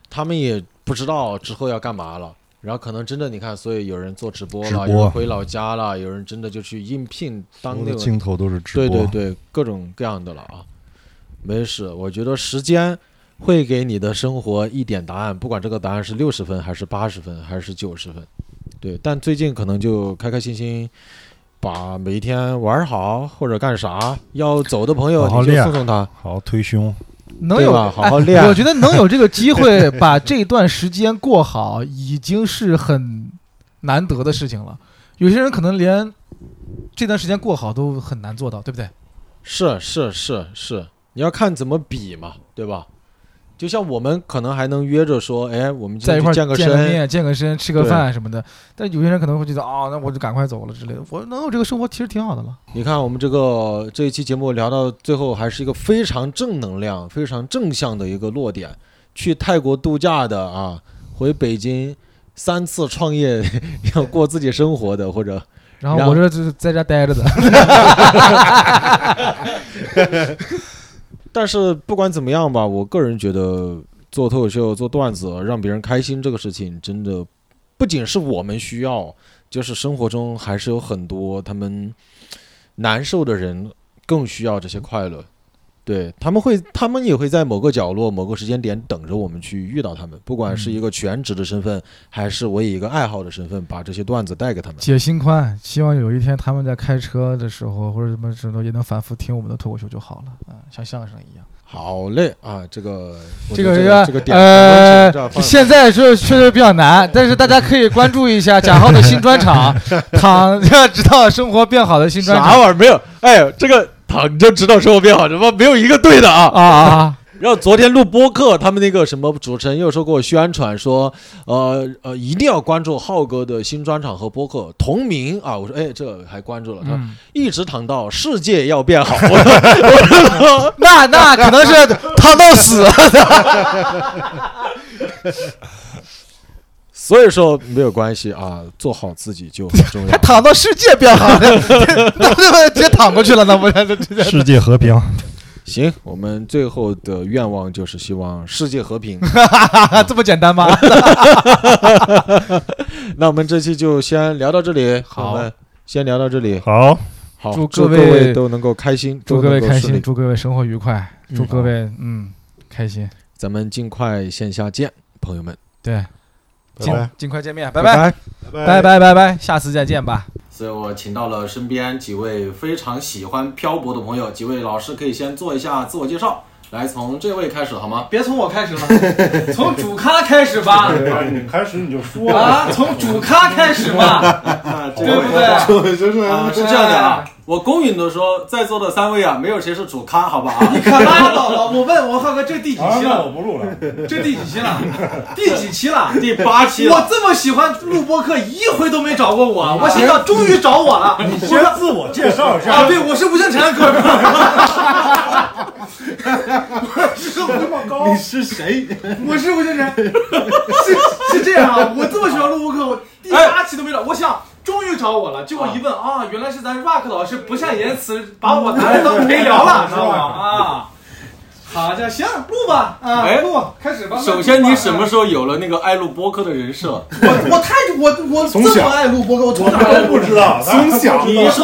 Speaker 1: 他们也不知道之后要干嘛了。然后可能真的，你看，所以有人做直播
Speaker 3: 直
Speaker 1: 了，
Speaker 3: 播
Speaker 1: 有人回老家了，有人真的就去应聘当
Speaker 3: 我
Speaker 1: 那
Speaker 3: 的
Speaker 1: 个
Speaker 3: 镜头都是直播，
Speaker 1: 对对对，各种各样的了啊。没事，我觉得时间会给你的生活一点答案，不管这个答案是六十分还是八十分还是九十分，对。但最近可能就开开心心，把每一天玩好或者干啥，要走的朋友
Speaker 3: 好好
Speaker 1: 你就
Speaker 3: 练
Speaker 1: 送送他，
Speaker 3: 好好推胸，
Speaker 2: 能
Speaker 1: 对
Speaker 2: 有
Speaker 1: 吧？好好
Speaker 2: 哎
Speaker 1: 练。
Speaker 2: 我觉得能有这个机会把这段时间过好，已经是很难得的事情了。有些人可能连这段时间过好都很难做到，对不对？
Speaker 1: 是是是是，你要看怎么比嘛，对吧？就像我们可能还能约着说，哎，我们今
Speaker 2: 在一
Speaker 1: 天
Speaker 2: 块
Speaker 1: 去
Speaker 2: 儿
Speaker 1: 健个
Speaker 2: 健个
Speaker 1: 身，
Speaker 2: 面、健个身、吃个
Speaker 1: 对
Speaker 2: 饭什么的。但有些人可能会觉得啊、那我就赶快走了之类的。我能有这个生活其实挺好的了。
Speaker 1: 你看，我们这个这一期节目聊到最后，还是一个非常正能量、非常正向的一个落点。去泰国度假的啊，回北京三次创业 要过自己生活的，或者
Speaker 2: 然后
Speaker 1: 然后
Speaker 2: 我这就是在家待着的，
Speaker 1: 但是不管怎么样吧，我个人觉得做脱口秀、做段子，让别人开心这个事情，真的不仅是我们需要，就是生活中还是有很多他们难受的人更需要这些快乐。对他们会，他们也会在某个角落、某个时间点等着我们去遇到他们。不管是一个全职的身份，还是我以一个爱好的身份，把这些段子带给他们。
Speaker 2: 解心宽，希望有一天他们在开车的时候或者什么时候也能反复听我们的脱口秀就好了啊，像相声一样。
Speaker 1: 好嘞啊，这个我
Speaker 2: 这
Speaker 1: 觉得
Speaker 2: 个
Speaker 1: 这
Speaker 2: 个
Speaker 1: 这个点
Speaker 2: 呃
Speaker 1: 我们只能这样，放
Speaker 2: 现在是确实比较难，但是大家可以关注一下贾浩的新专场《躺着直到生活变好》的新专
Speaker 1: 啥
Speaker 2: 场
Speaker 1: 玩意儿没有？哎，这个躺着知道生活变好，什么没有一个对的啊！
Speaker 2: 啊啊！
Speaker 1: 然后昨天录播客，他们那个什么主持人又说给我宣传说，呃呃，一定要关注浩哥的新专场和播客同名啊！我说哎，这还关注了，他说
Speaker 2: 嗯，
Speaker 1: 一直躺到世界要变好。 我说我说
Speaker 2: 那那可能是躺到死。
Speaker 1: 所以说没有关系啊，做好自己就很 重要。
Speaker 2: 还躺到世界变好， 那他妈直接躺过去了，那不是直接
Speaker 3: 世界和平，
Speaker 1: 行，我们最后的愿望就是希望世界和平。
Speaker 2: 啊这么简单吗？
Speaker 1: 那我们这期就先聊到这里，
Speaker 2: 好
Speaker 1: 我们先聊到这里。
Speaker 3: 好，
Speaker 1: 好，
Speaker 2: 祝
Speaker 1: 各
Speaker 2: 各位
Speaker 1: 都能够开心，
Speaker 2: 祝
Speaker 1: 都
Speaker 2: 各位
Speaker 1: 能够
Speaker 2: 开
Speaker 1: 顺利
Speaker 2: 心，，祝各位生活愉快，祝各位嗯开心，
Speaker 1: 咱们尽快线下见，朋友们。
Speaker 2: 对，尽
Speaker 4: 拜拜
Speaker 2: 尽快见面，拜拜，
Speaker 4: 拜
Speaker 2: 拜拜拜拜，下次再见吧。
Speaker 1: 所以我请到了身边几位非常喜欢漂泊的朋友，几位老师可以先做一下自我介绍，来从这位开始好吗？
Speaker 2: 别从我开始了， 从主咖开始
Speaker 4: 啊
Speaker 2: 吧。
Speaker 6: 你开始你就说
Speaker 2: 啊，从主咖开始吧，对不对？
Speaker 1: 啊，是这样的啊，我公允的说，在座的三位啊，没有谁是主咖，好吧？啊，
Speaker 2: 可拉倒了！我问我浩哥，这第几期了？
Speaker 6: 不录了。
Speaker 2: 这第几 期了？第几期了？
Speaker 1: 第八期
Speaker 2: 我
Speaker 1: 了，
Speaker 2: 这么喜欢录播客，一回都没找过我，我心想终于找我了。你先自我介绍一下啊！对，我是吴星辰哥们儿。
Speaker 4: 你是谁？
Speaker 2: 我是吴星辰，是是这样啊，我这么喜欢录播客，我第八期都没找，我想终于找我了，结果一问哎啊，原来是咱 Rock 老师不善言辞，把我拿来当陪聊 了，知道吗？啊，好，这行录吧，啊
Speaker 1: 哎，
Speaker 2: 录开始吧。
Speaker 1: 首先你什么时候有了那个爱录播客的人设？
Speaker 5: 我我太我我这么爱录播客，我从哪儿
Speaker 6: 不知道，
Speaker 4: 松小
Speaker 1: 你 是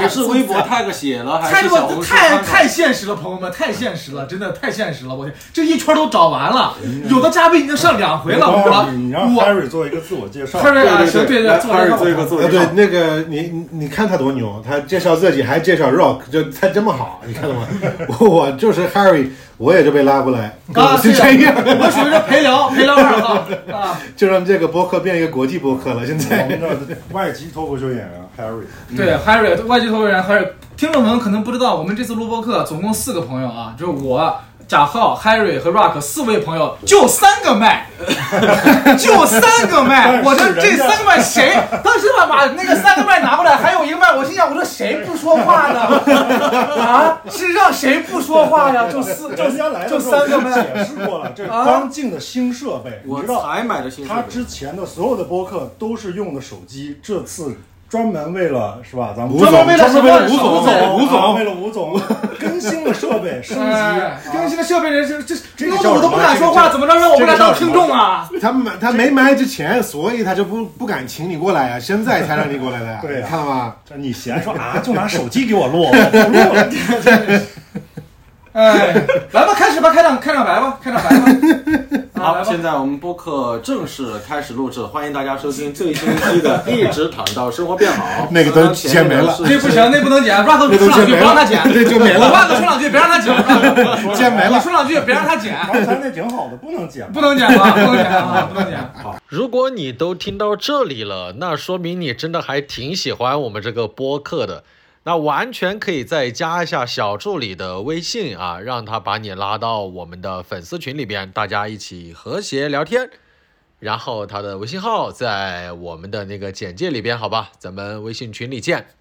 Speaker 1: 你是微博 tag 写了还
Speaker 2: 太
Speaker 1: 是
Speaker 2: 他
Speaker 1: 小
Speaker 2: 妈
Speaker 1: 红书
Speaker 2: 太
Speaker 1: tag
Speaker 2: 太现实了，朋友们，太现实了，真的太现实了！我天，这一圈都找完了，有的嘉宾已经上两回了，
Speaker 6: 你
Speaker 2: 我
Speaker 6: 让
Speaker 2: 我
Speaker 6: Harry 做一个自我介绍。
Speaker 2: Harry 啊，
Speaker 4: 对
Speaker 2: 行，对
Speaker 4: 对
Speaker 2: 对，做
Speaker 1: 二
Speaker 2: 人
Speaker 1: 十
Speaker 2: 要
Speaker 1: 做一个做
Speaker 4: 啊，
Speaker 1: 一
Speaker 4: 对
Speaker 1: 个，，
Speaker 4: 那个你你你看他多牛，他介绍自己还介绍 Rock，这他这么好，你看到吗？ 我我就是 Harry，我也就被拉过来，
Speaker 2: 啊，
Speaker 4: 就是这样，
Speaker 2: 我属于是陪聊陪聊二号啊，
Speaker 4: 就让这个播客变一个国际播客了。现
Speaker 6: 我
Speaker 4: 在
Speaker 6: 们的外籍脱口秀演员 Harry，
Speaker 2: 对，Harry 外籍投资人 Harry，听众们可能不知道，我们这次录播课总共四个朋友啊，就是我。贾浩、Harry 和 Rock 四位朋友，就三个麦， 就三个麦。
Speaker 6: 但是
Speaker 2: 我说
Speaker 6: 人家
Speaker 2: 这三个麦谁？当时把把那个三个麦拿过来，还有一个麦，我心想，我说谁不说话 呢？啊，是让谁不说话呀？就四就
Speaker 6: 人家来
Speaker 2: 就
Speaker 6: 的时
Speaker 2: 三
Speaker 6: 候
Speaker 2: 个
Speaker 6: 就
Speaker 2: 麦。
Speaker 6: 解释过了，这是
Speaker 2: 啊
Speaker 6: 刚进的新设备，你
Speaker 1: 我
Speaker 6: 知道，
Speaker 1: 才买的新设
Speaker 6: 他
Speaker 1: 备
Speaker 6: 之前的所有的播客都是用的手机，这次专门为了是吧？咱们
Speaker 4: 吴总，
Speaker 2: 专门为了
Speaker 4: 专门为了
Speaker 2: 什
Speaker 4: 吴
Speaker 2: 么
Speaker 4: 总，吴
Speaker 6: 啊
Speaker 4: 总，
Speaker 6: 为了吴总 更新了设 备，升
Speaker 2: 哎
Speaker 6: 级，
Speaker 2: 更新的设备人是这
Speaker 6: 这个
Speaker 2: 弄
Speaker 6: 叫
Speaker 2: 得我都
Speaker 6: 什么
Speaker 2: 不敢
Speaker 6: 这个
Speaker 2: 说话，
Speaker 6: 叫
Speaker 2: 怎么着让我们
Speaker 6: 这个
Speaker 2: 来
Speaker 6: 叫
Speaker 2: 当
Speaker 6: 什
Speaker 2: 听
Speaker 6: 么
Speaker 2: 众啊？
Speaker 4: 他买他没买之前，所以他就不不敢请你过来呀，现在才让你过来的呀，
Speaker 6: 对呀
Speaker 4: 你看到吗？
Speaker 6: 这你闲说啊，就拿手机给我 录，我不录了。
Speaker 2: 哎，来吧，开始吧，开场开场白吧，开场白吧。
Speaker 1: 好，
Speaker 2: 啊， 来吧。
Speaker 1: 现在我们播客正式开始录制，欢迎大家收听最新一期的《一直躺到生活变好》
Speaker 4: 。那个都剪没
Speaker 1: 刚刚前面
Speaker 4: 了
Speaker 1: 的是
Speaker 2: 这不行，那不能剪，rap 说
Speaker 4: 那都
Speaker 2: 两
Speaker 4: 剪
Speaker 2: 句
Speaker 4: 没
Speaker 2: 别让他
Speaker 4: 了，
Speaker 2: 剪，
Speaker 4: 这就没
Speaker 2: 我
Speaker 4: 了，
Speaker 2: rap 说两句别让他剪，rap，
Speaker 4: 剪没
Speaker 2: 你
Speaker 4: 了。
Speaker 2: 说两句别让他剪，
Speaker 6: 刚才那挺好的，不能剪。
Speaker 2: 不能剪吧，不能剪啊，不能剪。
Speaker 1: 如果你都听到这里了，那说明你真的还挺喜欢我们这个播客的。那完全可以再加一下小助理的微信啊，让他把你拉到我们的粉丝群里边，大家一起和谐聊天。然后他的微信号在我们的那个简介里边，好吧？咱们微信群里见。